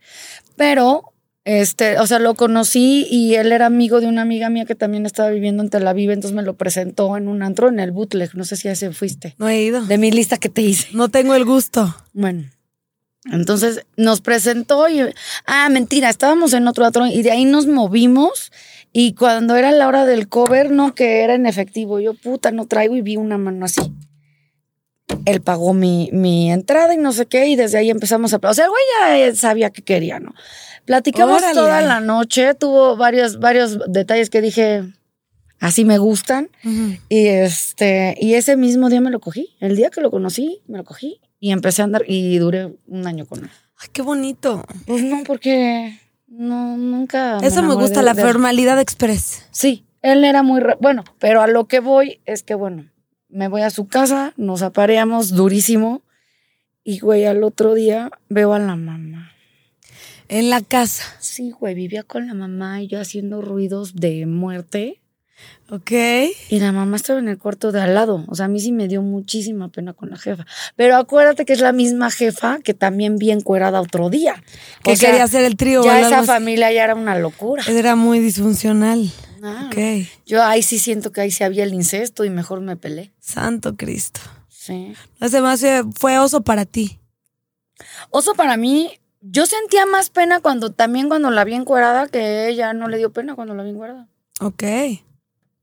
Pero, este, o sea, lo conocí y él era amigo de una amiga mía que también estaba viviendo en Tel Aviv, entonces me lo presentó en un antro en el bootleg. No sé si a ese fuiste. No he ido. De mi lista que te hice. No tengo el gusto. Bueno. Entonces nos presentó y, ah, mentira, estábamos en otro teatro y de ahí nos movimos y cuando era la hora del cover, no, que era en efectivo, yo puta, no traigo y vi una mano así. Él pagó mi, mi entrada y no sé qué y desde ahí empezamos a... pla- O sea, el güey ya eh, sabía que quería, ¿no? Platicamos Órale. toda la noche, tuvo varios, varios detalles que dije, así me gustan. Y este, y ese mismo día me lo cogí. El día que lo conocí, me lo cogí y empecé a andar y duré un año con él. Ay, qué bonito. Pues no, porque no, nunca. Eso me enamoré gusta, de- la de- formalidad express. Sí, él era muy re- bueno, pero a lo que voy es que bueno, me voy a su casa, nos apareamos durísimo y güey, al otro día veo a la mamá. En la casa. Sí, güey, vivía con la mamá y yo haciendo ruidos de muerte. Ok. Y la mamá estaba en el cuarto de al lado. O sea, a mí sí me dio muchísima pena con la jefa. Pero acuérdate que es la misma jefa que también bien cuerada otro día. O Que sea, quería hacer el trío. o Ya algo esa así. familia ya era una locura. Era muy disfuncional. Ah, Ok. Yo ahí sí siento que ahí sí había el incesto y mejor me pelé. Santo Cristo. Sí. Ese más fue- fue oso para ti. Oso para mí, yo sentía más pena cuando también cuando la vi encuerada que ella no le dio pena cuando la vi encuerada. Ok.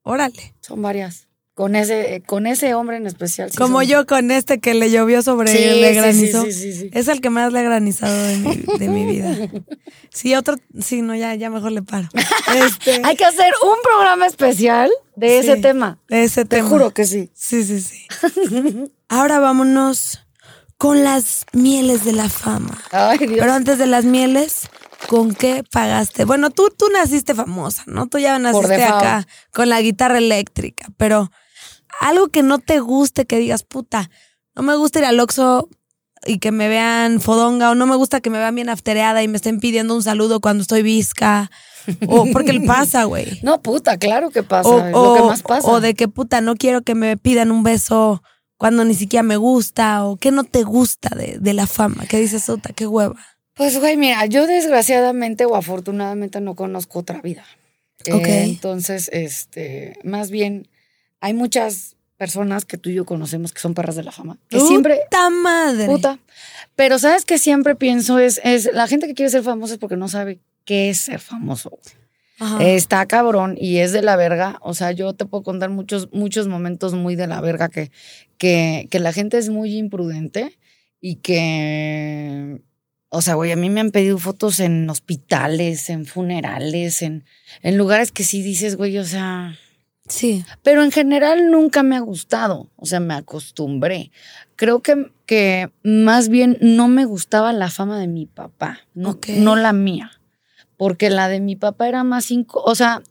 Órale. Son varias. Con ese, eh, con ese hombre en especial. sí Como son- yo con este que le llovió sobre Sí, él, sí, le sí, granizó. sí, sí, sí. Es el que más le ha granizado de mi, de mi vida. Sí, otro. Sí, no, ya, ya mejor le paro. Este, Hay que hacer un programa especial de ese Sí. tema. de ese Te tema. juro que sí. Sí, sí, sí. Ahora vámonos con las mieles de la fama. Ay, Dios. Pero antes de las mieles, ¿con qué pagaste? Bueno, tú, tú naciste famosa, ¿no? Tú ya naciste default. acá con la guitarra eléctrica, pero algo que no te guste, que digas, puta, no me gusta ir al Oxxo y que me vean fodonga, o no me gusta que me vean bien aftereada y me estén pidiendo un saludo cuando estoy visca, o porque le pasa, güey. No, puta, claro que pasa. O, es o- lo que más pasa. o de que puta, no quiero que me pidan un beso cuando ni siquiera me gusta, o que no te gusta de, de la fama, que dices, puta, qué hueva. Pues, güey, mira, yo desgraciadamente o afortunadamente no conozco otra vida. Eh, Ok. entonces, este, más bien, hay muchas personas que tú y yo conocemos que son perras de la fama. Que siempre, Puta madre. puta. Pero sabes que siempre pienso es, es la gente que quiere ser famosa es porque no sabe qué es ser famoso. Ajá. Está cabrón y es de la verga. O sea, yo te puedo contar muchos, muchos momentos muy de la verga que, que, que la gente es muy imprudente y que. O sea, güey, a mí me han pedido fotos en hospitales, en funerales, en, en lugares que sí dices, güey, o sea. Sí. Pero en general nunca me ha gustado. O sea, me acostumbré. Creo que, que más bien no me gustaba la fama de mi papá, no, Ok. no la mía. Porque la de mi papá era más cinco. O sea,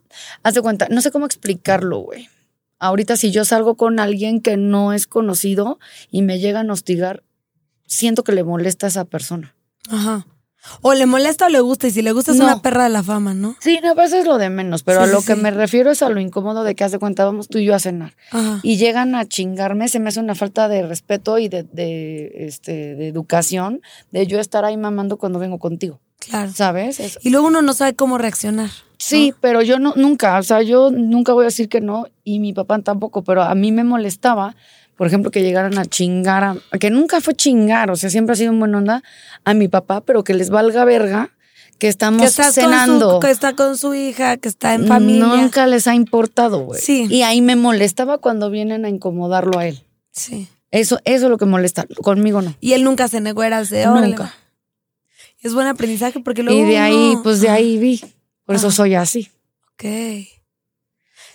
haz de cuenta, no sé cómo explicarlo, güey. Ahorita, si yo salgo con alguien que no es conocido y me llegan a hostigar, siento que le molesta a esa persona. Ajá. O le molesta o le gusta, y si le gusta es No. una perra de la fama, ¿no? Sí, no, pero eso es lo de menos. Pero Sí, a lo sí, que sí. me refiero es a lo incómodo de que haz de cuenta, vamos tú y yo a cenar. Ajá. y llegan a chingarme, se me hace una falta de respeto y de, de, este, de educación de yo estar ahí mamando cuando vengo contigo, claro. ¿sabes? Es- Y luego uno no sabe cómo reaccionar. sí, pero yo no, nunca, o sea, yo nunca voy a decir que no y mi papá tampoco, pero a mí me molestaba, por ejemplo, que llegaran a chingar, a- que nunca fue chingar, o sea, siempre ha sido un buen onda a mi papá, pero que les valga verga que estamos Que estás cenando. Mm, Con su, que está con su hija, que está en familia. Nunca les ha importado, güey. Sí. Y ahí me molestaba cuando vienen a incomodarlo a él. Sí. Eso, eso es lo que molesta. Conmigo no. Y él nunca se negó, era de órale, Nunca. va". Es buen aprendizaje porque luego. Y de ahí, uno- Ah. pues de ahí vi. Por eso Ajá. soy así. Ok.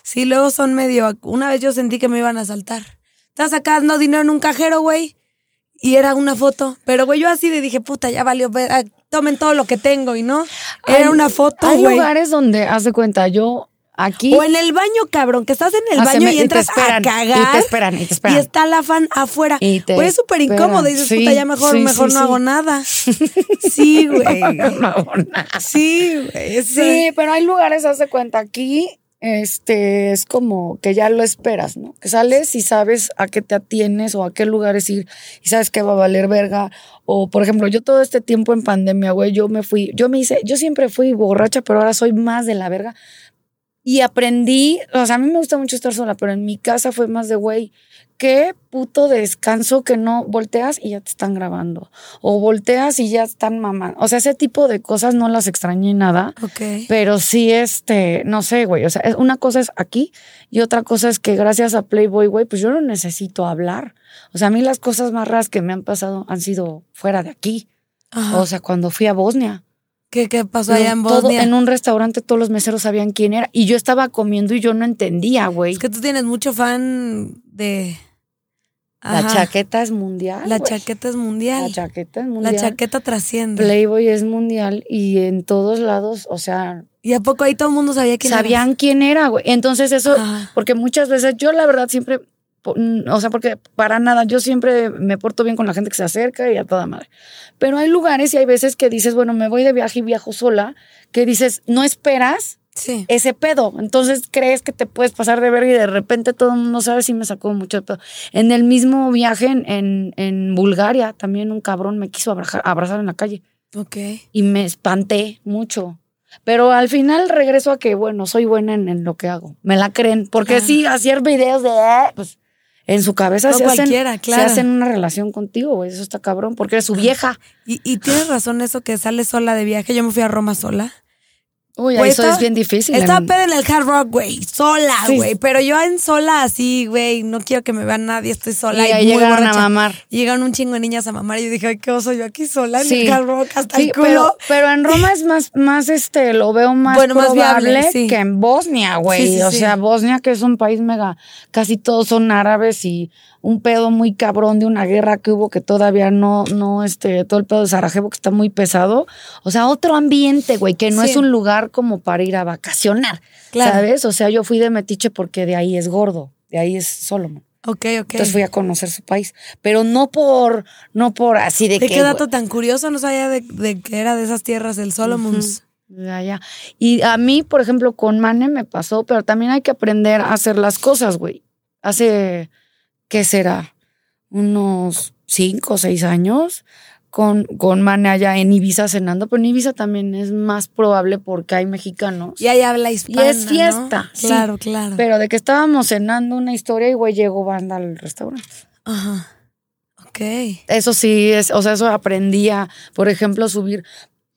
Sí, luego son medio. Una vez yo sentí que me iban a saltar. Estás sacando dinero en un cajero, güey. Y era una foto. Pero, güey, yo así de dije, puta, ya valió. ver- ah, Tomen todo lo que tengo, ¿y no? Era Hay- una foto, Hay güey. lugares donde, haz de cuenta, yo aquí. O en el baño, cabrón, que estás en el Ah, se baño me- y entras a Y te cagar. esperan, y te Y esperan. está la fan afuera. Y te Güey, es súper esperan. incómodo. Dices, Sí, puta, ya mejor, sí, mejor sí, no sí. hago nada. Sí, güey. Sí, güey. es- Sí, pero hay lugares, haz de cuenta, aquí. Este es como que ya lo esperas, ¿no? Que sales y sabes a qué te atienes o a qué lugares ir y sabes que va a valer verga. O, por ejemplo, yo todo este tiempo en pandemia, güey, yo me fui, yo me hice, yo siempre fui borracha, pero ahora soy más de la verga. Y aprendí, o sea, a mí me gusta mucho estar sola, pero en mi casa fue más de, güey, qué puto descanso que no volteas y ya te están grabando. O volteas y ya están mamando. O sea, ese tipo de cosas no las extrañé nada. Ok. Pero sí, este, no sé, güey. O sea, es- una cosa es aquí y otra cosa es que gracias a Playboy, güey, pues yo no necesito hablar. O sea, a mí las cosas más raras que me han pasado han sido fuera de aquí. Ajá. O sea, cuando fui a Bosnia. ¿Qué, qué pasó allá Ah. Pues en todo- Bosnia? en un restaurante todos los meseros sabían quién era. Y yo estaba comiendo y yo no entendía, güey. Es que tú tienes mucho fan de. La Ajá. chaqueta es mundial. La güey. chaqueta es mundial. La La, chaqueta es mundial. chaqueta trasciende. Playboy es mundial y en todos lados, o sea, ¿Y a poco ahí todo el mundo sabía quién Ah, eras? sabían quién era, güey. Entonces eso, Ajá. porque muchas veces yo la verdad siempre, po- mm, o sea, porque para nada, yo siempre me porto bien con la gente que se acerca y a toda madre. Pero hay lugares y hay veces que dices, bueno, me voy de viaje y viajo sola, que dices, no esperas Sí. ese pedo. Entonces crees que te puedes pasar de verga y de repente todo el mundo sabe si me sacó mucho de pedo. En el mismo viaje en, en, en Bulgaria también un cabrón me quiso abrajar- abrazar en la calle Ok. y me espanté mucho. Pero al final regreso a que, bueno, soy buena en, en lo que hago. Me la creen. Porque Claro. sí, hacer videos de... "Ah", Pues, en su cabeza No se hacen, cualquiera, se claro. hacen una relación contigo, güey. Eso está cabrón, porque eres su vieja. Y, y tienes razón eso que sales sola de viaje. Yo me fui a Roma sola. Uy, Güey, eso estaba- es bien difícil. Estaba en- pedo en el hard rock, güey. Sola, Sí. güey. Pero yo en sola así, güey. No quiero que me vea nadie. Estoy y sola. Y, ahí muy llegaron a borracha. mamar. Y Llegaron un chingo de niñas a mamar. Y yo dije, ay, qué oso yo aquí sola en Sí. el hard rock hasta Sí, el culo. pero, pero en Roma es más, más este, lo veo más Bueno, más probable viable, sí. que en Bosnia, güey. Sí, sí, o sí. sea, Bosnia, que es un país mega, casi todos son árabes y un pedo muy cabrón de una guerra que hubo que todavía no, no, este, todo el pedo de Sarajevo que está muy pesado. O sea, otro ambiente, güey, que no Sí. es un lugar como para ir a vacacionar. Claro. ¿Sabes? O sea, yo fui de Metiche porque de ahí es gordo, de ahí es Solomon. Ok, ok. Entonces fui a conocer su país. Pero no por, no por así de ¿De que. qué güey, dato tan curioso no sabía de, de que era de esas tierras el Solomons? Ya, ya. Y a mí, por ejemplo, con Mane me pasó, pero también hay que aprender a hacer las cosas, güey. Hace, ¿qué será? Unos cinco o seis años con, con Mane allá en Ibiza cenando, pero en Ibiza también es más probable porque hay mexicanos. Y ahí habla hispana, Y es ¿no? fiesta, sí. Claro, claro. Pero de que estábamos cenando una historia y, güey, llegó banda al restaurante. Ajá. Ok. Eso sí, es, o sea, eso aprendí a, por ejemplo, subir.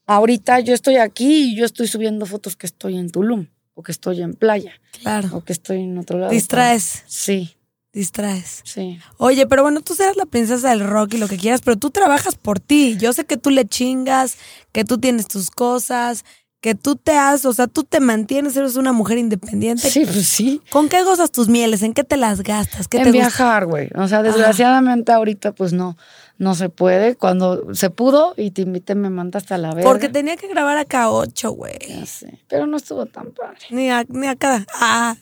Ahorita yo estoy aquí y yo estoy subiendo fotos que estoy en Tulum o que estoy en playa. Claro. O que estoy en otro lado. Distraes, Sí, distraes. sí. Oye, pero bueno, tú serás la princesa del rock y lo que quieras, pero tú trabajas por ti. Yo sé que tú le chingas, que tú tienes tus cosas, que tú te has, o sea, tú te mantienes, eres una mujer independiente. Sí, pues sí. ¿Con qué gozas tus mieles? ¿En qué te las gastas? ¿Qué en te gusta? viajar, güey. O sea, desgraciadamente ahorita, pues no. no se puede. Cuando se pudo y te invité, me mandaste a la verga. Porque tenía que grabar acá ocho, güey. Ya sé, pero no estuvo tan padre. Ni, a- ni acá. Ah,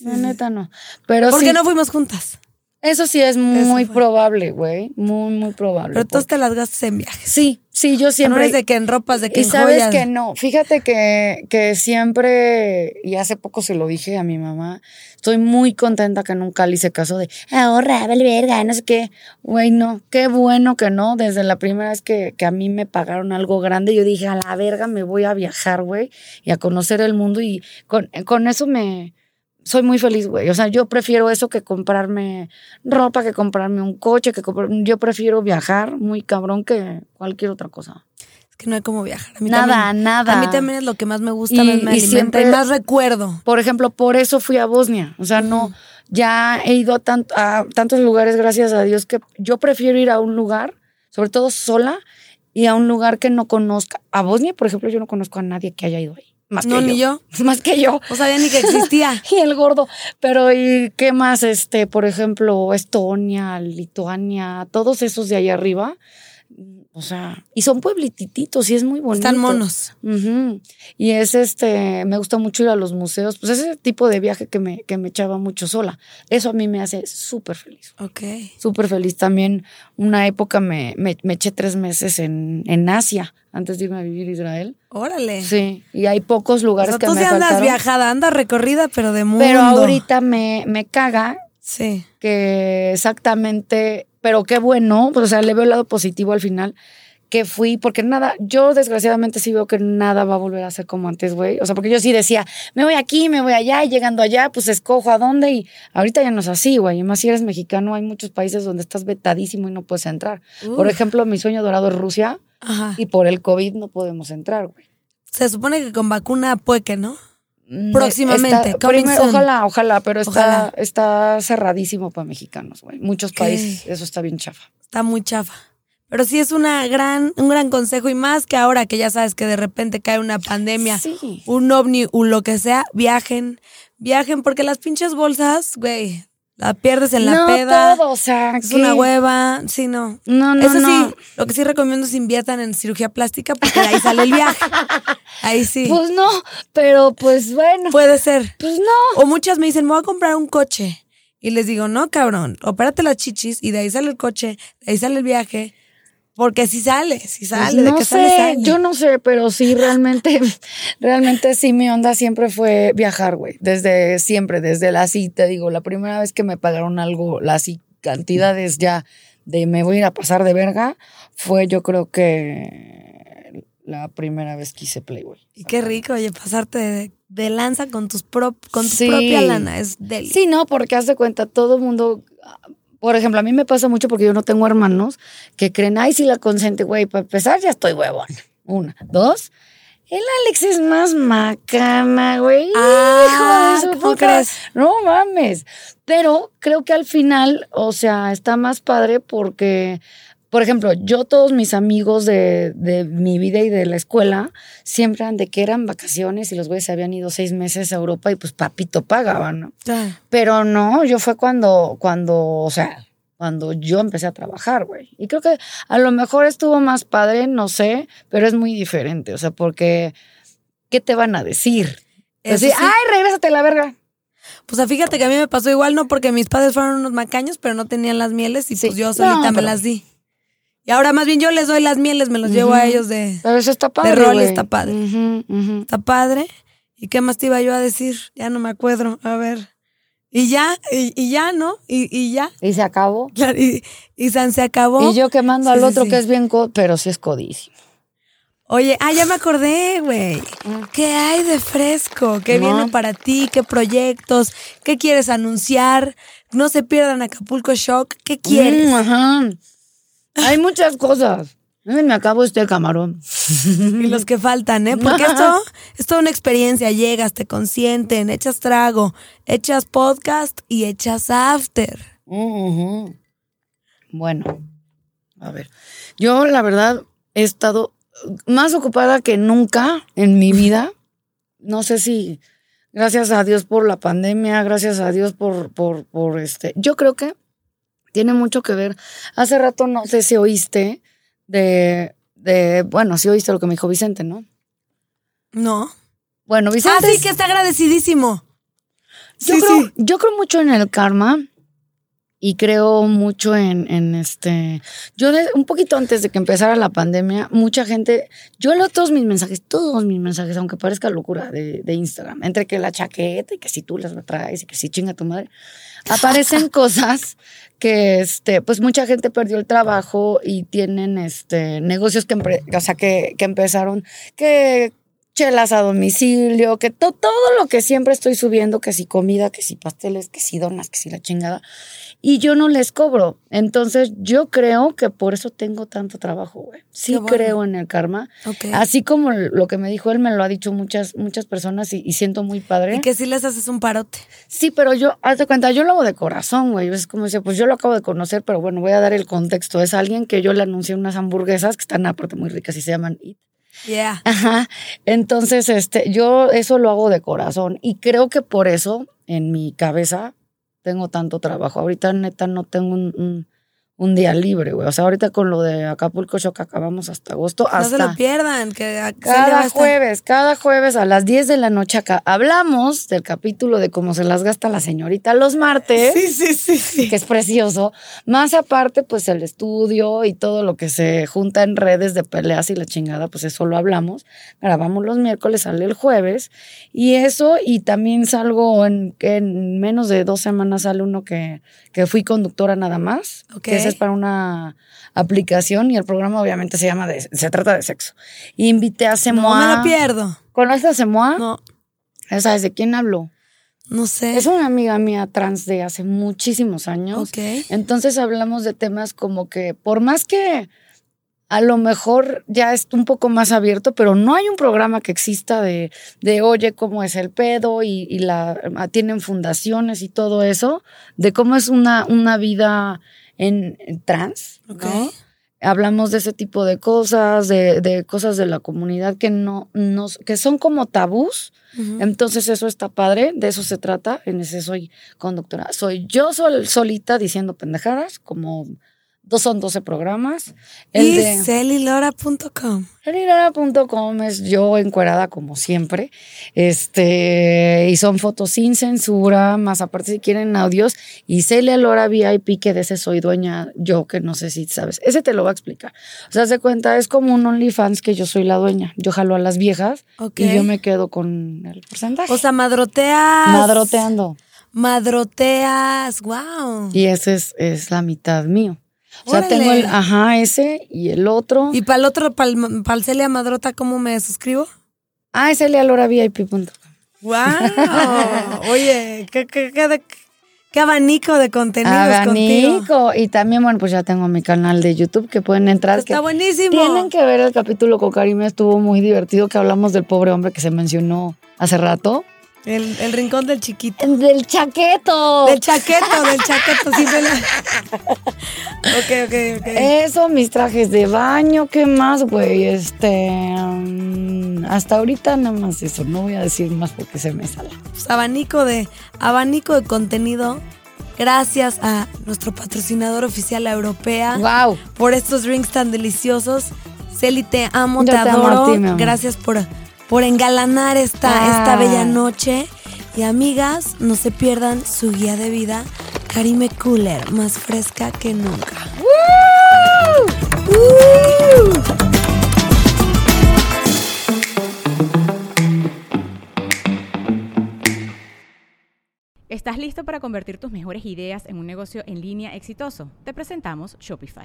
La neta no. Pero ¿Por sí, qué no fuimos juntas? eso sí es muy fue. probable, güey. Muy, muy probable. Pero tú porque- te las gastas en viajes. Sí, sí, yo No siempre... eres de que en ropas, de que y en sabes joyas. que no, fíjate que, que siempre, y hace poco se lo dije a mi mamá, estoy muy contenta que nunca le hice caso de ahorra, vale verga, no sé qué. Güey, no, qué bueno que no. Desde la primera vez que, que a mí me pagaron algo grande, yo dije, a la verga me voy a viajar, güey, y a conocer el mundo. Y con, con eso me... Soy muy feliz, güey. O sea, yo prefiero eso que comprarme ropa, que comprarme un coche, que comprar- yo prefiero viajar muy cabrón que cualquier otra cosa. Es que no hay como viajar. A mí Nada, también- nada. A mí también es lo que más me gusta, me, Y- me y alimenta y siempre- más recuerdo. Por ejemplo, por eso fui a Bosnia. O sea, no, ya he ido a, tant- a tantos lugares, gracias a Dios, que yo prefiero ir a un lugar, sobre todo sola, y a un lugar que no conozca. A Bosnia, por ejemplo, yo no conozco a nadie que haya ido ahí. Más No, que ni yo. yo. Más que yo. No sabía ni que existía. Y el gordo. Pero, ¿y qué más? Este, por ejemplo, Estonia, Lituania, todos esos de allá arriba. O sea, y son pueblititos y es muy bonito. Están monos. Ujú. Y es este, me gusta mucho ir a los museos, pues ese tipo de viaje que me, que me echaba mucho sola. Eso a mí me hace súper feliz, Ok. súper feliz. También una época me, me, me eché tres meses en, en Asia antes de irme a vivir a Israel. Órale. Sí, y hay pocos O lugares sea, que tú me sí andas faltaron. viajada, andas recorrida, pero de mundo. pero ahorita me, me caga Sí. que exactamente, pero qué bueno, pues, o sea, le veo el lado positivo al final que fui, porque nada, yo desgraciadamente sí veo que nada va a volver a ser como antes, güey. O sea, porque yo sí decía, me voy aquí, me voy allá, y llegando allá, pues escojo a dónde, y ahorita ya no es así, güey. Además, si eres mexicano, hay muchos países donde estás vetadísimo y no puedes entrar. Por Uf. ejemplo, mi sueño dorado es Rusia, Ajá. y por el COVID no podemos entrar, güey. Se supone que con vacuna pueque, ¿no? Mm, Próximamente, está- coming soon. ojalá, ojalá, pero está, Ojalá. está cerradísimo para mexicanos, güey. Muchos Ok. países, eso está bien chafa. Está muy chafa. Pero sí es una gran, un gran consejo y más que ahora que ya sabes que de repente cae una pandemia, Sí. un ovni o lo que sea, viajen, viajen porque las pinches bolsas, güey, la pierdes en la no peda. todo, o sea, Es que- una hueva, sí, no. No, no, Eso no. sí, lo que sí recomiendo es inviertan en cirugía plástica porque de ahí sale el viaje. Ahí sí. Pues no, pero pues bueno, Puede ser. pues no. O muchas me dicen, me voy a comprar un coche. Y les digo, no, cabrón, opérate las chichis y de ahí sale el coche, de ahí sale el viaje. Porque si sale, si Pues sale, de no que sé, sale, sale. yo no sé, pero sí realmente, realmente sí mi onda siempre fue viajar, güey, desde siempre, desde la sí, te digo, la primera vez que me pagaron algo, la sí, cantidades ya de me voy a ir a pasar de verga, fue yo creo que la primera vez que hice Playboy. Y qué rico, oye, pasarte de, de lanza con tus prop, con tu Sí. propia lana. Es del Sí, no, porque haz de cuenta, todo el mundo. Por ejemplo, a mí me pasa mucho porque yo no tengo hermanos que creen, ay, si la consente, güey, para empezar ya estoy huevón. Una, dos. El Alex es más macana, güey. Ah, Hijo de su ¿cómo puta- crees? No mames. Pero creo que al final, o sea, está más padre porque, por ejemplo, yo todos mis amigos de, de mi vida y de la escuela siempre eran de que eran vacaciones y los güeyes se habían ido seis meses a Europa y pues papito pagaban, ¿no? Ya. Pero no, yo fue cuando, cuando, o sea, cuando yo empecé a trabajar, güey. Y creo que a lo mejor estuvo más padre, no sé, pero es muy diferente, o sea, porque, ¿qué te van a decir? Eso Así, sí. ay, regrésate a la verga. Pues ah, fíjate que a mí me pasó igual, no porque mis padres fueron unos macaños, pero no tenían las mieles y Sí. pues yo No, solita me pero- las di. Y ahora más bien yo les doy las mieles, me los llevo a Ujú. ellos de... Pero eso está padre. rol güey. está padre. Ujú, ujú. Está padre. ¿Y qué más te iba yo a decir? Ya no me acuerdo. A ver. Y ya, y, y ya, ¿no? Y, y ya. Y se acabó. Claro, Y, y San se acabó. Y yo quemando Sí, al sí, otro sí. que es bien, co- pero sí es codísimo. Oye, ah, ya me acordé, güey. ¿Qué hay de fresco? ¿Qué Mm. No. viene para ti? ¿Qué proyectos? ¿Qué quieres anunciar? No se pierdan Acapulco Shock. ¿Qué quieres? Mm, ajá. Hay muchas cosas. Ay, me acabo este camarón. Mm, Y los que faltan, ¿eh? Porque esto es toda una experiencia. Llegas, te consienten, echas trago, echas podcast y echas after. Ujú. Bueno, a ver. Yo, la verdad, he estado más ocupada que nunca en mi vida. No sé si. Gracias a Dios por la pandemia, gracias a Dios por, por, por este. Yo creo que tiene mucho que ver. Hace rato no sé si oíste de, de bueno, si oíste lo que me dijo Vicente, ¿no? No. Bueno, Ah, Vicente, sí, es- que está agradecidísimo. yo, sí, creo, sí. yo creo mucho en el karma y creo mucho en, en este... Yo de- un poquito antes de que empezara la pandemia, mucha gente, yo leo todos mis mensajes, todos mis mensajes, aunque parezca locura de, de Instagram, entre que la chaqueta y que si tú las traes y que si chinga tu madre, aparecen cosas que, este, pues mucha gente perdió el trabajo y tienen, este, negocios que, empre- o sea, que, que empezaron, que chelas a domicilio, que to- todo lo que siempre estoy subiendo, que si comida, que si pasteles, que si donas, que si la chingada, y yo no les cobro. Entonces yo creo que por eso tengo tanto trabajo, güey. Sí Qué bueno. creo en el karma. Ok. Así como lo que me dijo él, me lo ha dicho muchas, muchas personas y, y siento muy padre. Y que si les haces un parote. Sí, pero yo, haz de cuenta, yo lo hago de corazón, güey. Es como decía, pues yo lo acabo de conocer, pero bueno, voy a dar el contexto. Es alguien que yo le anuncié unas hamburguesas que están aparte muy ricas y se llaman Eat. Yeah. Ajá. Entonces, este, yo eso lo hago de corazón y creo que por eso en mi cabeza tengo tanto trabajo. Ahorita, neta, no tengo un, un- un día libre, güey. O sea, ahorita con lo de Acapulco Shock acabamos hasta agosto. No se Hasta lo pierdan. Que a- Celia va a cada estar- jueves, cada jueves a las 10 de la noche acá. Hablamos del capítulo de cómo se las gasta la señorita los martes Sí, sí, sí, sí. que es precioso. Más aparte, pues el estudio y todo lo que se junta en redes de peleas y la chingada, pues eso lo hablamos. Grabamos los miércoles, sale el jueves. Y eso, y también salgo en, en menos de dos semanas, sale uno que, que fui conductora nada más. Ok. Que ese es para una aplicación y el programa obviamente se llama, de, se trata de sexo. Y invité a No me Semoa. lo pierdo. ¿Conoces a Semoa? No, ¿Sabes de quién hablo? no sé. Es una amiga mía trans de hace muchísimos años. Ok. Entonces hablamos de temas como que, por más que a lo mejor ya es un poco más abierto, pero no hay un programa que exista de, de oye, cómo es el pedo y, y la tienen fundaciones y todo eso, de cómo es una, una vida en, en trans. ¿no? Ok. Hablamos de ese tipo de cosas, de, de cosas de la comunidad que no, no, que son como tabús, Ujú. entonces eso está padre, de eso se trata, en ese soy conductora. Soy yo sol- solita diciendo pendejadas, como dos son 12 programas. El Y de celilora.com. elirora.com es yo encuerada como siempre. Este, y son fotos sin censura, más aparte si quieren audios. Y Celia Lora VIP, que de ese soy dueña yo, que no sé si sabes. Ese te lo va a explicar. O sea, haz de cuenta, es como un OnlyFans que yo soy la dueña. Yo jalo a las viejas Ok. y yo me quedo con el porcentaje. O sea, madroteas. Madroteando. Madroteas. Wow. Y ese es, es la mitad mío. O sea, Órale. tengo el, ajá, ese y el otro. Y para el otro, para el Celia Madrota, ¿cómo me suscribo? Ah, es el aloravip.com. ¡Wow! Oye, qué, qué- qué de- qué abanico de contenidos contigo. Abanico. Y también, bueno, pues ya tengo mi canal de YouTube que pueden entrar. Está que buenísimo. tienen que ver el capítulo con Karime, estuvo muy divertido que hablamos del pobre hombre que se mencionó hace rato. El, el rincón del chiquito. Del chaqueto. Del chaqueto, del chaqueto. siempre la- Ok, ok, ok. Eso, mis trajes de baño, ¿qué más, güey? Este. mm, hasta ahorita nada más eso. No voy a decir más porque se me sale. Pues, abanico de abanico de contenido. Gracias a nuestro patrocinador oficial la europea ¡Wow! por estos drinks tan deliciosos. Celi, te amo, te, Yo te amo a adoro. ti, mi amor. Gracias por, por engalanar esta, esta Ah. bella noche. Y amigas, no se pierdan su guía de vida, Karime Cooler, más fresca que nunca. ¡Woo! ¿Estás listo para convertir tus mejores ideas en un negocio en línea exitoso? Te presentamos Shopify.